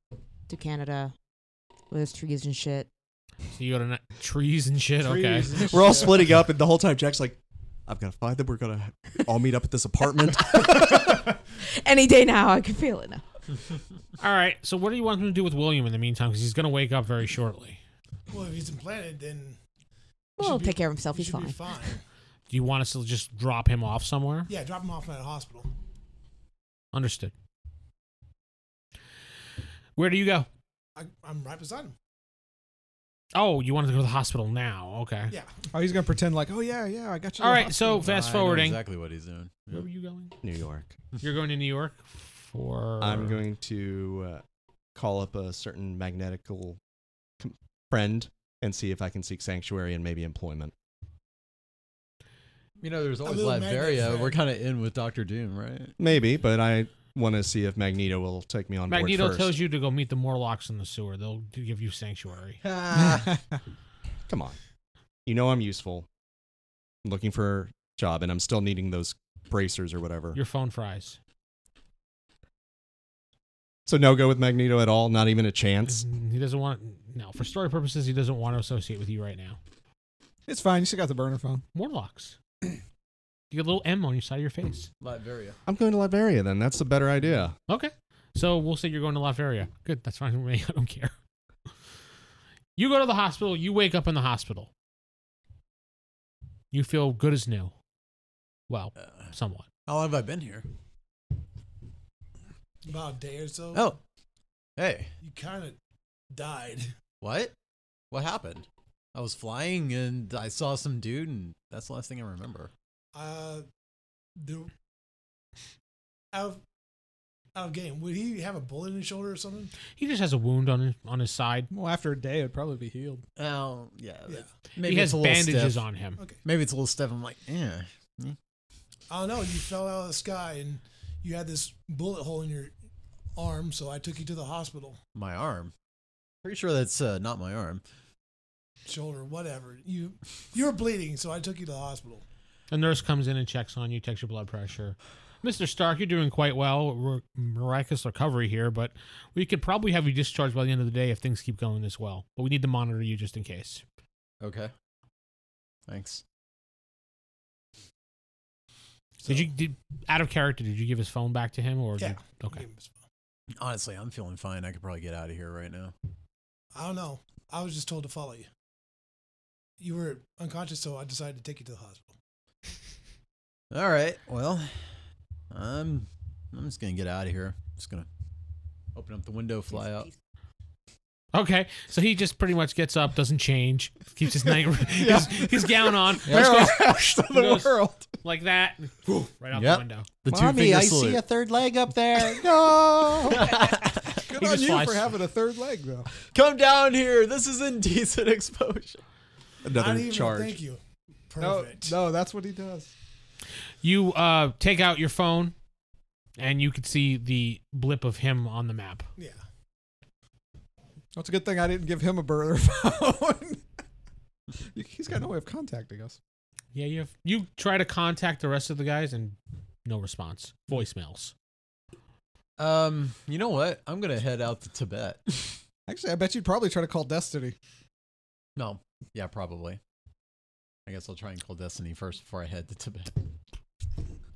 Speaker 7: to Canada, where there's trees and shit.
Speaker 1: So you go to na- trees and shit. Okay.
Speaker 4: Trees and
Speaker 2: We're all
Speaker 4: shit.
Speaker 2: splitting up, and the whole time Jack's like, I've got to find them. We're going to all meet up at this apartment.
Speaker 7: Any day now, I can feel it now.
Speaker 1: All right. So what do you want him to do with William in the meantime? Because he's gonna wake up very shortly.
Speaker 8: Well, if he's implanted, then he
Speaker 7: Well,
Speaker 8: should be-
Speaker 7: take care of himself.
Speaker 8: he
Speaker 7: He's
Speaker 8: should be
Speaker 7: fine.
Speaker 8: fine.
Speaker 1: Do you want us to just drop him off somewhere?
Speaker 8: Yeah, drop him off at a hospital.
Speaker 1: Understood. Where do you go?
Speaker 8: I, I'm right beside him.
Speaker 1: Oh, you wanted to go to the hospital now. Okay.
Speaker 8: Yeah,
Speaker 4: Oh, he's gonna pretend like, oh yeah, yeah, I got you.
Speaker 1: All right. So
Speaker 5: No, I
Speaker 1: fast
Speaker 5: know
Speaker 1: forwarding.
Speaker 5: exactly what he's doing. Yeah.
Speaker 1: Where were you going?
Speaker 2: New York.
Speaker 1: You're going to New York for.
Speaker 2: I'm going to uh, call up a certain magnetical com- friend and see if I can seek sanctuary and maybe employment.
Speaker 5: You know, there's always
Speaker 8: little magnet
Speaker 5: Latveria.
Speaker 8: friend.
Speaker 5: We're kind of in with Doctor Doom, right?
Speaker 2: Maybe, but I want to see if Magneto will take me on
Speaker 1: Magneto
Speaker 2: board first.
Speaker 1: tells you to go meet the Morlocks in the sewer. They'll give you sanctuary.
Speaker 5: Ah.
Speaker 2: Come on. You know I'm useful. I'm looking for a job, and I'm still needing those bracers or whatever.
Speaker 1: Your phone fries.
Speaker 2: so no go with Magneto at all? Not even a chance?
Speaker 1: He doesn't want. No, for story purposes, he doesn't want to associate with you right now.
Speaker 4: it's fine. You still got the burner phone.
Speaker 1: Morlocks. you get a little M on your side of your face.
Speaker 5: Latveria.
Speaker 2: I'm going to Latveria then. That's a better idea.
Speaker 1: Okay. So we'll say you're going to Latveria. Good. That's fine with me. I don't care. You go to the hospital. You wake up in the hospital. You feel good as new. Well,
Speaker 5: Uh,
Speaker 1: somewhat.
Speaker 5: how long have I been here?
Speaker 8: about a day or so.
Speaker 5: Oh, hey,
Speaker 8: you kind of died.
Speaker 5: what? What happened? I was flying and I saw some dude, and that's the last thing I remember.
Speaker 8: Uh, do out of, out of game. Would he have a bullet in his shoulder or something?
Speaker 1: He just has a wound on his, on his side.
Speaker 4: Well, after a day, it'd probably be healed.
Speaker 5: Oh, yeah.
Speaker 8: Yeah.
Speaker 5: that- Maybe
Speaker 1: he has
Speaker 5: it's a little
Speaker 1: bandages
Speaker 5: stiff.
Speaker 1: on him.
Speaker 8: Okay.
Speaker 5: Maybe it's a little stiff. I'm like, eh, yeah.
Speaker 8: I don't know. You fell out of the sky and you had this bullet hole in your arm, so I took you to the hospital.
Speaker 5: My arm. Pretty sure that's uh, not my arm.
Speaker 8: Shoulder, whatever. You you were bleeding, so I took you to the hospital.
Speaker 1: A nurse comes in and checks on you, checks your blood pressure. Mr. Stark, you're doing quite well. Mir- Miraculous recovery here, but we could probably have you discharged by the end of the day if things keep going this well. But we need to monitor you just in case.
Speaker 5: Okay. Thanks.
Speaker 1: Did you did out of character? Did you give his phone back to him or?
Speaker 8: Yeah.
Speaker 1: Did, okay.
Speaker 8: It was-
Speaker 5: Honestly, I'm feeling fine. I could probably get out of here right now.
Speaker 8: I don't know. I was just told to follow you. You were unconscious, so I decided to take you to the hospital.
Speaker 5: All right. Well, I'm I'm just gonna get out of here. just gonna open up the window, fly out.
Speaker 1: Okay, so he just pretty much gets up, doesn't change, keeps his night his, his gown on,
Speaker 2: Paralyzed of
Speaker 1: He
Speaker 2: the
Speaker 1: goes-
Speaker 2: world.
Speaker 1: like that, right out
Speaker 5: Yep.
Speaker 1: the window.
Speaker 5: The
Speaker 2: Mommy,
Speaker 5: two-finger
Speaker 2: I
Speaker 5: salute.
Speaker 2: see a third leg up there. No.
Speaker 4: Good
Speaker 1: He
Speaker 4: on
Speaker 1: just
Speaker 4: you
Speaker 1: flies-
Speaker 4: for having a third leg, though.
Speaker 5: Come down here. This is indecent exposure.
Speaker 8: I
Speaker 2: Another
Speaker 8: didn't even
Speaker 2: charge.
Speaker 8: thank you.
Speaker 4: No,
Speaker 8: Perfect.
Speaker 4: no, that's what he does.
Speaker 1: You uh, take out your phone, and you can see the blip of him on the map.
Speaker 8: Yeah.
Speaker 4: That's a good thing I didn't give him a burner phone. He's got no way of contacting us.
Speaker 1: Yeah, you have, you try to contact the rest of the guys, and no response. Voicemails.
Speaker 5: Um, you know what? I'm gonna head out to Tibet.
Speaker 4: Actually, I bet you'd probably try to call Destiny.
Speaker 5: No. Yeah, probably. I guess I'll try and call Destiny first before I head to Tibet.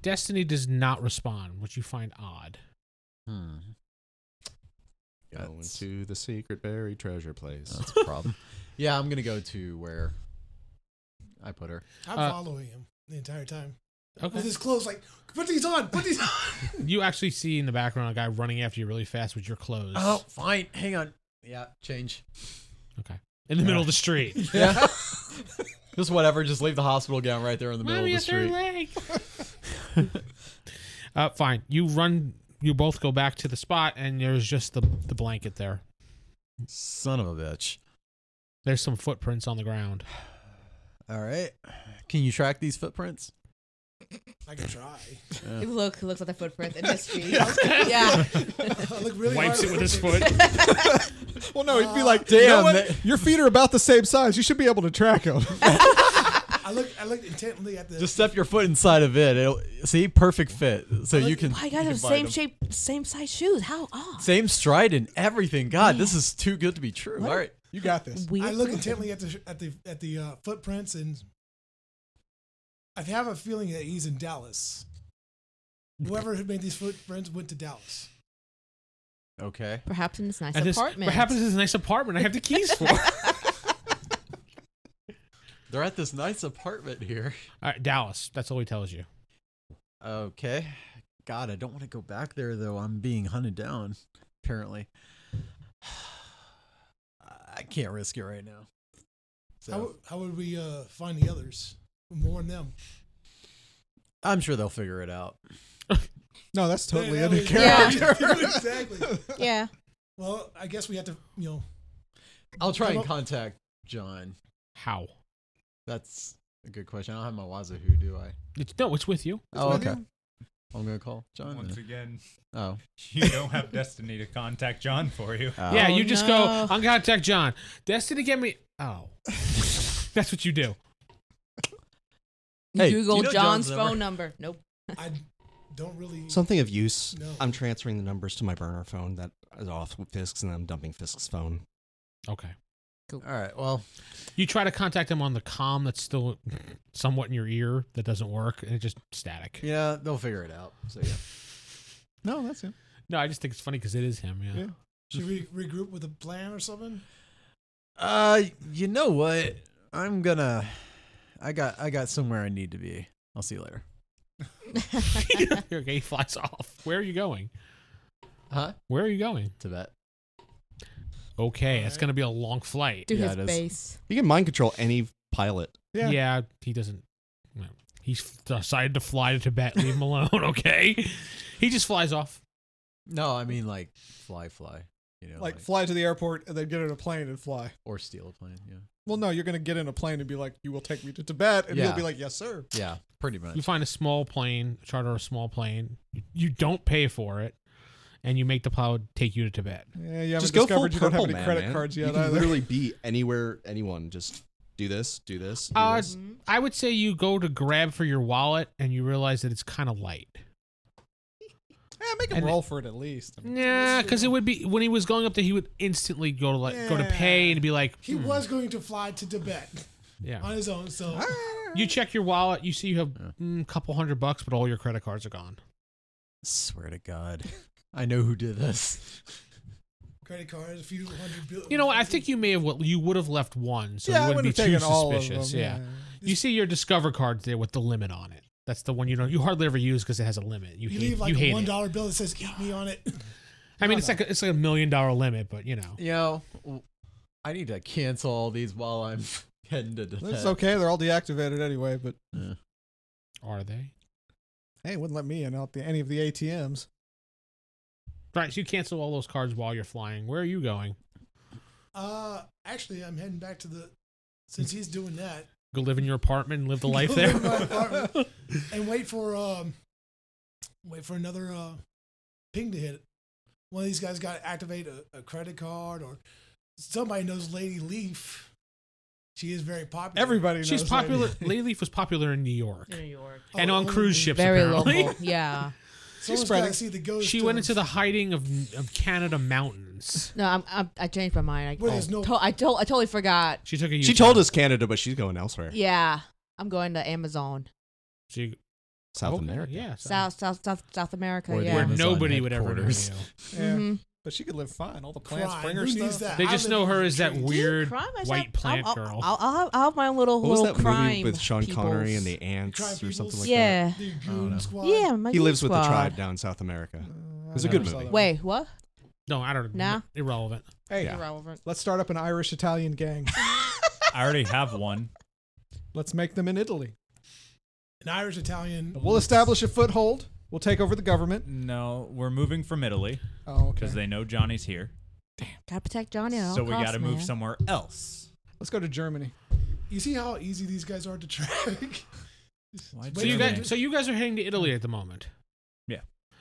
Speaker 1: Destiny does not respond, which you find odd.
Speaker 5: Hmm.
Speaker 2: Going to the secret buried treasure place.
Speaker 5: That's a problem. yeah, I'm gonna go to where I put her.
Speaker 8: I'm
Speaker 1: Uh,
Speaker 8: following him the entire time.
Speaker 1: Okay.
Speaker 8: With his clothes, like, put these on, put these on.
Speaker 1: You actually see in the background a guy running after you really fast with your clothes.
Speaker 5: Oh, fine. Hang on. Yeah, change.
Speaker 1: Okay. In the middle of the street.
Speaker 5: Yeah. just whatever. Just leave the hospital gown right there in the middle
Speaker 1: Mommy,
Speaker 5: of
Speaker 1: a
Speaker 5: the
Speaker 1: third
Speaker 5: street.
Speaker 1: leg. uh, fine. You run. You both go back to the spot, and there's just the the blanket there.
Speaker 5: Son of a bitch.
Speaker 1: There's some footprints on the ground.
Speaker 5: All right. Can you track these footprints?
Speaker 8: I can try.
Speaker 7: Look, looks at the footprint in history. yeah.
Speaker 8: I look really
Speaker 1: Wipes it
Speaker 8: hard
Speaker 1: with his
Speaker 8: at
Speaker 1: foot.
Speaker 2: Oh,
Speaker 4: Well,
Speaker 5: Uh,
Speaker 4: no, he'd be like,
Speaker 5: Damn,
Speaker 4: damn, you know what?
Speaker 5: that-
Speaker 4: your feet are about the same size. You should be able to track them.
Speaker 8: I look, I looked intently at the.
Speaker 5: Just step your foot inside of it. It'll see perfect fit. So you can.
Speaker 7: Why you guys
Speaker 5: you
Speaker 7: have the
Speaker 5: can find
Speaker 7: same
Speaker 5: them.
Speaker 7: shape, same size shoes? How odd.
Speaker 5: Same stride and everything. God, this is too good to be true. All right.
Speaker 4: You got this.
Speaker 7: Weird.
Speaker 8: I look intently at the at the at the uh, footprints, and I have a feeling that he's in Dallas. Whoever had made these footprints went to Dallas.
Speaker 5: Okay.
Speaker 7: Perhaps in this nice
Speaker 1: And this, what
Speaker 7: apartment.
Speaker 1: happens is a nice apartment. I have the keys for. All
Speaker 5: They're at this nice apartment here.
Speaker 1: right, Dallas. That's all he tells you.
Speaker 5: Okay. God, I don't want to go back there though. I'm being hunted down, apparently. I can't risk it right now. So
Speaker 8: How, how would we uh, find the others? Warn them.
Speaker 5: I'm sure they'll figure it out.
Speaker 4: No, that's totally
Speaker 8: Yeah,
Speaker 4: under
Speaker 8: that
Speaker 7: Yeah.
Speaker 8: was-
Speaker 4: character.
Speaker 8: exactly.
Speaker 7: Yeah.
Speaker 8: Well, I guess we have to, you know,
Speaker 5: I'll try
Speaker 8: Come
Speaker 5: and
Speaker 8: up-
Speaker 5: contact John.
Speaker 1: How?
Speaker 5: That's a good question. I don't have my Wazahoo, do I?
Speaker 1: It's, no, it's with you.
Speaker 5: Oh,
Speaker 4: with
Speaker 5: okay. I'm gonna call John.
Speaker 6: Once
Speaker 5: then.
Speaker 6: again,
Speaker 5: Oh,
Speaker 6: you don't have Destiny to contact John for you.
Speaker 5: Uh,
Speaker 1: yeah,
Speaker 7: Oh,
Speaker 1: you just
Speaker 7: no.
Speaker 1: go. I'm gonna contact John. Destiny, get me. Oh, that's what you do.
Speaker 7: You
Speaker 5: Hey,
Speaker 7: Google
Speaker 5: do you know
Speaker 7: John's,
Speaker 5: John's
Speaker 7: phone number. Nope.
Speaker 8: I don't really.
Speaker 2: Something of use.
Speaker 8: No.
Speaker 2: I'm transferring the numbers to my burner phone that is off with Fisk's, and I'm dumping Fisk's phone.
Speaker 1: Okay.
Speaker 5: All right. Well,
Speaker 1: You try to contact him on the comm that's still somewhat in your ear that doesn't work, and it's just static.
Speaker 5: yeah, they'll figure it out. So yeah.
Speaker 4: no, that's him.
Speaker 1: No, I just think it's funny because it is him. Yeah.
Speaker 4: Yeah.
Speaker 8: should we regroup with a plan or something?
Speaker 5: Uh, you know what? I'm gonna. I got. I got somewhere I need to be. I'll see you later.
Speaker 1: okay, he flies off. Where are you going?
Speaker 5: Huh?
Speaker 1: Where are you going?
Speaker 5: Tibet.
Speaker 1: Okay, it's
Speaker 8: Alright.
Speaker 1: gonna be a long flight.
Speaker 7: Do
Speaker 5: Yeah,
Speaker 7: his
Speaker 5: it is.
Speaker 7: base.
Speaker 2: You can mind control any pilot.
Speaker 1: Yeah,
Speaker 4: Yeah.
Speaker 1: he doesn't. No. He's decided to fly to Tibet. Leave him alone. Okay, he just flies off.
Speaker 5: No, I mean like fly, fly. You know, like,
Speaker 4: Like, fly to the airport and then get in a plane and fly.
Speaker 5: or steal a plane. Yeah.
Speaker 4: Well, no, you're going to get in a plane and be like, you will take me to Tibet. And
Speaker 5: Yeah.
Speaker 4: he'll be like, yes, sir.
Speaker 5: Yeah. Pretty
Speaker 1: You
Speaker 5: much.
Speaker 1: find a small plane, charter a small plane. You, you don't pay for it, and you make the pilot take you to Tibet.
Speaker 4: Yeah, you haven't
Speaker 2: Just go full
Speaker 4: discovered you
Speaker 2: purple
Speaker 4: don't have any
Speaker 2: man,
Speaker 4: credit
Speaker 2: man.
Speaker 4: cards
Speaker 2: you
Speaker 4: yet
Speaker 2: can
Speaker 4: either.
Speaker 2: literally be anywhere, anyone. Just do this, do this, do
Speaker 1: Uh,
Speaker 2: this.
Speaker 7: Mm-hmm.
Speaker 1: I would say you go to grab for your wallet, and you realize that it's kind of light.
Speaker 4: Yeah, make him
Speaker 1: and-
Speaker 4: roll for it at least. I mean,
Speaker 1: Nah, because it would be when he was going up there, he would instantly go to like go to pay and be like,
Speaker 8: He
Speaker 1: hmm,
Speaker 8: was going to fly to Tibet
Speaker 1: yeah.
Speaker 8: on his own, so
Speaker 1: You check your wallet. You see you have
Speaker 5: Yeah.
Speaker 1: a couple hundred bucks, but all your credit cards are gone.
Speaker 5: Swear to God, I know who did this.
Speaker 8: credit cards, a few hundred billion.
Speaker 1: You know, what? I think you may have what you would have left one, so
Speaker 4: yeah,
Speaker 1: you
Speaker 4: I
Speaker 1: wouldn't be
Speaker 4: wouldn't
Speaker 1: too
Speaker 4: have taken all of them.
Speaker 1: suspicious.
Speaker 4: Yeah.
Speaker 1: yeah. You see your discover card there with the limit on it. That's the one you don't you hardly ever use because it has a limit. You,
Speaker 8: you
Speaker 1: hate,
Speaker 8: leave like
Speaker 1: you
Speaker 8: a
Speaker 1: hate
Speaker 8: one
Speaker 1: it.
Speaker 8: dollar bill that says "Eat me" on it.
Speaker 1: I mean, it's like a, it's like a million dollar limit, but you know.
Speaker 5: You know, w- I need to cancel all these while I'm heading to the
Speaker 4: It's okay. They're all deactivated anyway, but
Speaker 1: Are they?
Speaker 4: hey, it wouldn't let me in out the, any of the ATMs.
Speaker 1: Right, so you cancel all those cards while you're flying. Where are you going?
Speaker 8: Uh, actually, I'm heading back to the since he's doing that.
Speaker 1: Go live in your apartment and live the life
Speaker 8: Go
Speaker 1: there?
Speaker 8: live in my apartment and wait for um, wait for another uh, ping to hit. One of these guys got to activate a, a credit card or somebody knows Lady Leaf. She is very popular.
Speaker 4: Everybody knows
Speaker 1: She's
Speaker 4: that.
Speaker 1: popular. Lady Leaf was popular in New York
Speaker 7: New York.
Speaker 1: and
Speaker 8: Oh,
Speaker 1: on
Speaker 8: oh,
Speaker 1: cruise ships.
Speaker 7: Very
Speaker 1: apparently.
Speaker 7: local. Yeah.
Speaker 8: Someone's got
Speaker 4: spreading.
Speaker 8: to see the ghost.
Speaker 1: She
Speaker 8: to
Speaker 1: went
Speaker 8: him.
Speaker 1: into the hiding of of Canada mountains.
Speaker 7: No, I'm, I'm, I changed my mind. I,
Speaker 8: Where
Speaker 7: I,
Speaker 8: there's no-
Speaker 7: to- I, to- I totally forgot.
Speaker 1: She took a.
Speaker 2: She
Speaker 1: U-turn.
Speaker 2: told us Canada, but she's going elsewhere.
Speaker 7: Yeah. I'm going to Amazon.
Speaker 1: She,
Speaker 7: Oh,
Speaker 2: South
Speaker 1: okay,
Speaker 2: America.
Speaker 1: oh, Yeah,
Speaker 7: South, South, South, South America.
Speaker 5: Or the
Speaker 7: yeah.
Speaker 1: Where
Speaker 5: Amazon
Speaker 1: nobody would ever know you.
Speaker 5: headquarters.
Speaker 4: Yeah.
Speaker 7: Mhm.
Speaker 4: But she could live fine. All the plants
Speaker 8: crime.
Speaker 4: bring her
Speaker 8: Who
Speaker 4: stuff.
Speaker 8: needs that?
Speaker 1: They
Speaker 8: I
Speaker 1: just
Speaker 8: live
Speaker 1: know
Speaker 8: in
Speaker 1: her
Speaker 8: the
Speaker 1: as that
Speaker 8: trees.
Speaker 1: weird
Speaker 7: Crime, I said-
Speaker 1: white plant
Speaker 7: I'll,
Speaker 1: girl.
Speaker 7: I'll, I'll, have, I'll have my own little
Speaker 2: What was
Speaker 7: little
Speaker 2: that movie
Speaker 7: crime
Speaker 2: with Sean Connery and
Speaker 7: peoples.
Speaker 2: the ants
Speaker 8: Crime
Speaker 2: or something
Speaker 8: Peoples?
Speaker 2: like that?
Speaker 7: yeah.
Speaker 8: The goon
Speaker 5: know.
Speaker 8: squad.
Speaker 7: Yeah, my
Speaker 2: He
Speaker 7: youth
Speaker 2: lives with the
Speaker 7: squad.
Speaker 2: tribe down South America.
Speaker 4: Uh,
Speaker 2: was a
Speaker 4: I
Speaker 2: good
Speaker 4: never saw
Speaker 2: movie.
Speaker 4: that one.
Speaker 7: Wait, what?
Speaker 1: no, I don't know.
Speaker 7: Nah.
Speaker 1: Irrelevant.
Speaker 4: Hey,
Speaker 2: Yeah.
Speaker 7: Irrelevant.
Speaker 4: let's start up an Irish Italian gang.
Speaker 6: I already have one.
Speaker 4: let's make them in Italy.
Speaker 8: An Irish Italian.
Speaker 4: We'll establish a foothold. We'll take over the government.
Speaker 6: No, we're moving from Italy
Speaker 4: Oh, okay.
Speaker 6: because they know Johnny's here.
Speaker 7: Gotta protect Johnny at all
Speaker 6: so we
Speaker 7: costs,
Speaker 6: gotta move
Speaker 7: man.
Speaker 6: somewhere else.
Speaker 4: Let's go to Germany.
Speaker 8: You see how easy these guys are to track.
Speaker 6: Why
Speaker 8: So
Speaker 1: So you
Speaker 8: Germany.
Speaker 1: guys, so you guys are heading to Italy at the moment.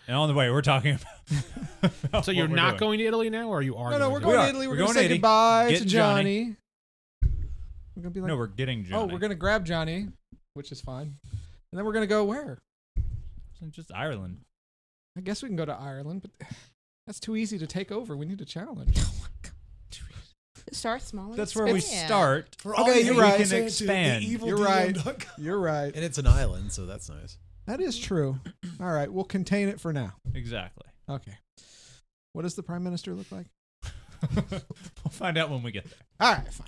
Speaker 6: And on the way, we're talking about.
Speaker 4: Oh,
Speaker 6: about
Speaker 1: So you're
Speaker 6: what we're
Speaker 1: not
Speaker 6: doing.
Speaker 1: going to Italy now, or you are?
Speaker 4: no, no, we're
Speaker 1: to
Speaker 4: going
Speaker 6: We
Speaker 4: to
Speaker 6: are.
Speaker 4: Italy. We're,
Speaker 6: We're
Speaker 4: going
Speaker 6: going
Speaker 4: to say
Speaker 6: to Italy.
Speaker 4: goodbye to
Speaker 6: Getting
Speaker 4: Johnny.
Speaker 6: Johnny.
Speaker 4: We're going to be like,
Speaker 6: No, we're getting Johnny.
Speaker 4: oh, we're going to grab Johnny, which is fine. And then we're going to go where?
Speaker 6: gonna just Ireland.
Speaker 4: I guess we can go to Ireland, but that's too easy to take over. We need a challenge.
Speaker 7: Start small. and
Speaker 6: That's where we
Speaker 7: expand.
Speaker 6: start.
Speaker 8: For
Speaker 4: Okay,
Speaker 8: all the
Speaker 4: you're
Speaker 8: evil
Speaker 4: right.
Speaker 8: we
Speaker 4: You
Speaker 6: can
Speaker 8: say to the
Speaker 6: expand.
Speaker 8: evil
Speaker 4: You're right.
Speaker 8: DM.
Speaker 4: You're right.
Speaker 5: And it's an island, so that's nice.
Speaker 4: That is true. All right, we'll contain it for now.
Speaker 6: Exactly.
Speaker 4: Okay. What does the prime minister look like?
Speaker 6: we'll find out when we get there.
Speaker 4: All right, fine.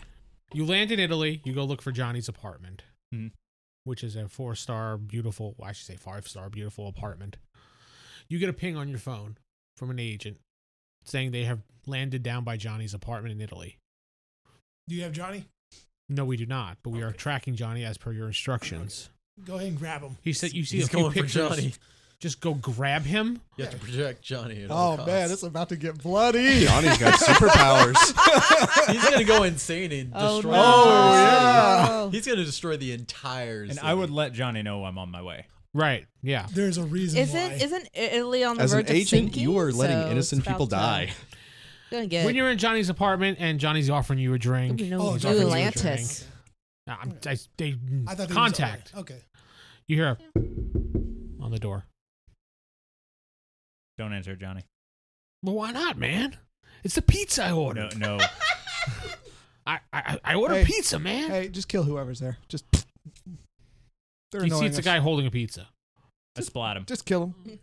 Speaker 1: You land in Italy. You go look for Johnny's apartment,
Speaker 4: Hmm.
Speaker 6: Mhm.
Speaker 1: which is a four star beautiful. Well, I should say five star beautiful apartment. You get a ping on your phone from an agent saying they have landed down by Johnny's apartment in Italy.
Speaker 8: Do you have Johnny?
Speaker 1: No, we do not, but we are tracking Johnny as per your instructions.
Speaker 8: Go ahead and grab him.
Speaker 1: He said you see
Speaker 5: He's
Speaker 1: a few
Speaker 5: going for
Speaker 1: pictures.
Speaker 5: Johnny.
Speaker 1: Just go grab him.
Speaker 5: You have to protect Johnny. At all
Speaker 4: Oh man, it's
Speaker 5: costs.
Speaker 4: about to get bloody.
Speaker 2: Johnny's got superpowers.
Speaker 5: he's gonna go insane and
Speaker 7: Oh,
Speaker 5: destroy.
Speaker 7: no.
Speaker 5: the
Speaker 4: Oh,
Speaker 5: entire
Speaker 4: yeah.
Speaker 5: city.
Speaker 7: Oh.
Speaker 5: He's gonna destroy the entire.
Speaker 6: And
Speaker 5: city.
Speaker 6: I would let Johnny know I'm on my way.
Speaker 1: Right. Yeah.
Speaker 8: There's a reason why.
Speaker 7: Isn't isn't Italy on the
Speaker 2: As an
Speaker 7: verge of
Speaker 2: agent,
Speaker 7: sinking?
Speaker 2: you are letting
Speaker 7: So it's
Speaker 2: innocent
Speaker 7: about
Speaker 2: people
Speaker 7: to-
Speaker 2: die.
Speaker 7: Gonna get
Speaker 1: When you're in Johnny's apartment and Johnny's offering you a drink,
Speaker 7: you know,
Speaker 8: Oh,
Speaker 7: New
Speaker 1: he's
Speaker 8: Johnny's
Speaker 1: offering you a
Speaker 7: Atlantis.
Speaker 1: drink. Nah, I'm, I, they,
Speaker 8: I thought they was-
Speaker 1: contact.
Speaker 8: Okay.
Speaker 1: You hear a on the door.
Speaker 6: Don't answer, Johnny.
Speaker 1: Well, why not, man? It's the pizza I
Speaker 6: No,
Speaker 1: ordered.
Speaker 6: no.
Speaker 1: I, I, I order
Speaker 4: Hey,
Speaker 1: pizza, man.
Speaker 4: Hey, just kill whoever's there. Just
Speaker 1: you
Speaker 4: they're
Speaker 1: see,
Speaker 4: annoying
Speaker 1: it's a
Speaker 4: us.
Speaker 1: guy holding a pizza.
Speaker 6: I splat him.
Speaker 4: Just kill him.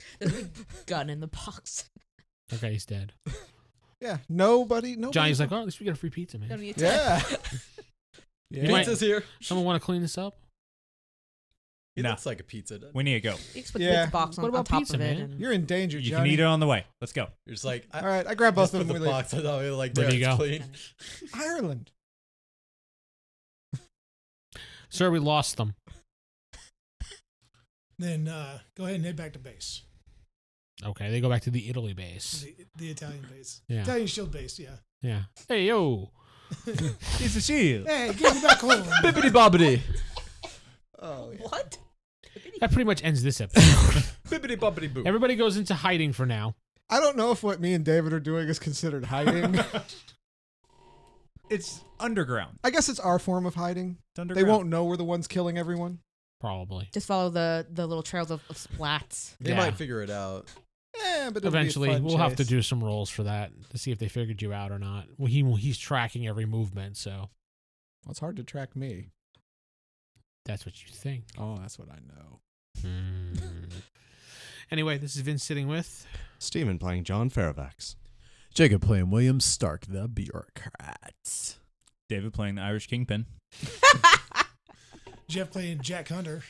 Speaker 7: Gun in the box.
Speaker 1: Okay, he's dead.
Speaker 4: Yeah, nobody. Nobody.
Speaker 1: Johnny's like, oh, at least we got a free pizza, man.
Speaker 7: Gonna be a
Speaker 4: yeah.
Speaker 1: You might-
Speaker 5: Pizza's here.
Speaker 1: Someone want to clean this up?
Speaker 5: He
Speaker 6: Nah.
Speaker 5: looks like a pizza. doesn't he?
Speaker 6: We need to go.
Speaker 7: You just put
Speaker 4: Yeah.
Speaker 7: the pizza box on,
Speaker 1: What
Speaker 7: on
Speaker 1: about
Speaker 7: top
Speaker 1: pizza,
Speaker 7: of it.
Speaker 1: man?
Speaker 7: And
Speaker 4: You're in danger,
Speaker 6: You
Speaker 4: Johnny.
Speaker 6: can eat it on the way. Let's go.
Speaker 5: You're just like I,
Speaker 4: All right, I grab both
Speaker 5: just
Speaker 4: of
Speaker 5: put
Speaker 4: them.
Speaker 5: the
Speaker 4: we leave.
Speaker 5: box on top. You're like
Speaker 1: There
Speaker 5: there,
Speaker 1: you go.
Speaker 5: it's clean.
Speaker 4: Ireland.
Speaker 1: Sir, we lost them.
Speaker 8: Then uh, go ahead and head back to base.
Speaker 1: Okay, they go back to the Italy base.
Speaker 8: The, the Italian base.
Speaker 1: Yeah.
Speaker 8: Italian shield base, yeah.
Speaker 1: Yeah. Hey, yo.
Speaker 6: It's a shield.
Speaker 8: Hey, get me back
Speaker 4: Oh,
Speaker 8: home.
Speaker 5: Bibbidi bobbidi.
Speaker 7: what?
Speaker 1: That pretty much ends this episode.
Speaker 5: Bibbidi bobbidi boo.
Speaker 1: Everybody goes into hiding for now.
Speaker 4: I don't know if what me and David are doing is considered hiding.
Speaker 6: It's underground.
Speaker 4: I guess it's our form of hiding.
Speaker 6: It's underground.
Speaker 4: They won't know we're the ones killing everyone.
Speaker 1: Probably.
Speaker 7: Just follow the the little trails of, of splats.
Speaker 5: They
Speaker 1: Yeah.
Speaker 5: might figure it out.
Speaker 4: Eh, but it'll be a
Speaker 1: Eventually,
Speaker 4: fun
Speaker 1: we'll have to
Speaker 4: chase.
Speaker 1: do some rolls for that to see if they figured you out or not. Well, he he's tracking every movement, so
Speaker 4: Well, it's hard to track me.
Speaker 1: that's what you think.
Speaker 4: Oh, that's what I know. Hmm.
Speaker 1: Mm. Anyway, this is Vince sitting with.
Speaker 2: Steven playing John Faravax.
Speaker 5: Jacob playing William Stark, the bureaucrat.
Speaker 6: David playing the Irish Kingpin.
Speaker 8: Jeff playing Jack Hunter.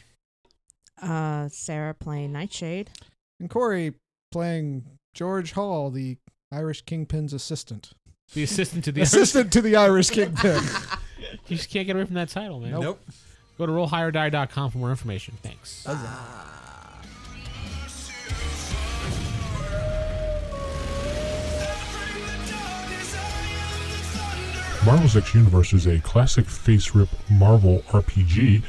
Speaker 7: Uh, Sarah playing Nightshade.
Speaker 4: And Corey playing George Hall, the Irish kingpin's assistant.
Speaker 1: The assistant to the
Speaker 4: assistant to the Irish kingpin.
Speaker 1: You just can't get away from that title, man.
Speaker 4: Nope.
Speaker 1: Go to rollhigherdie.com for more information. Thanks.
Speaker 3: Marvel's X Universe is a classic face rip Marvel RPG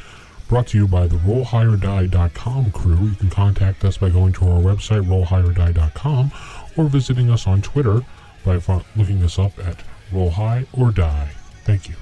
Speaker 3: brought to you by the RollHigherDie.com crew. You can contact us by going to our website, RollHigherDie.com, or visiting us on Twitter by fo- looking us up at Roll High or Die. Thank you.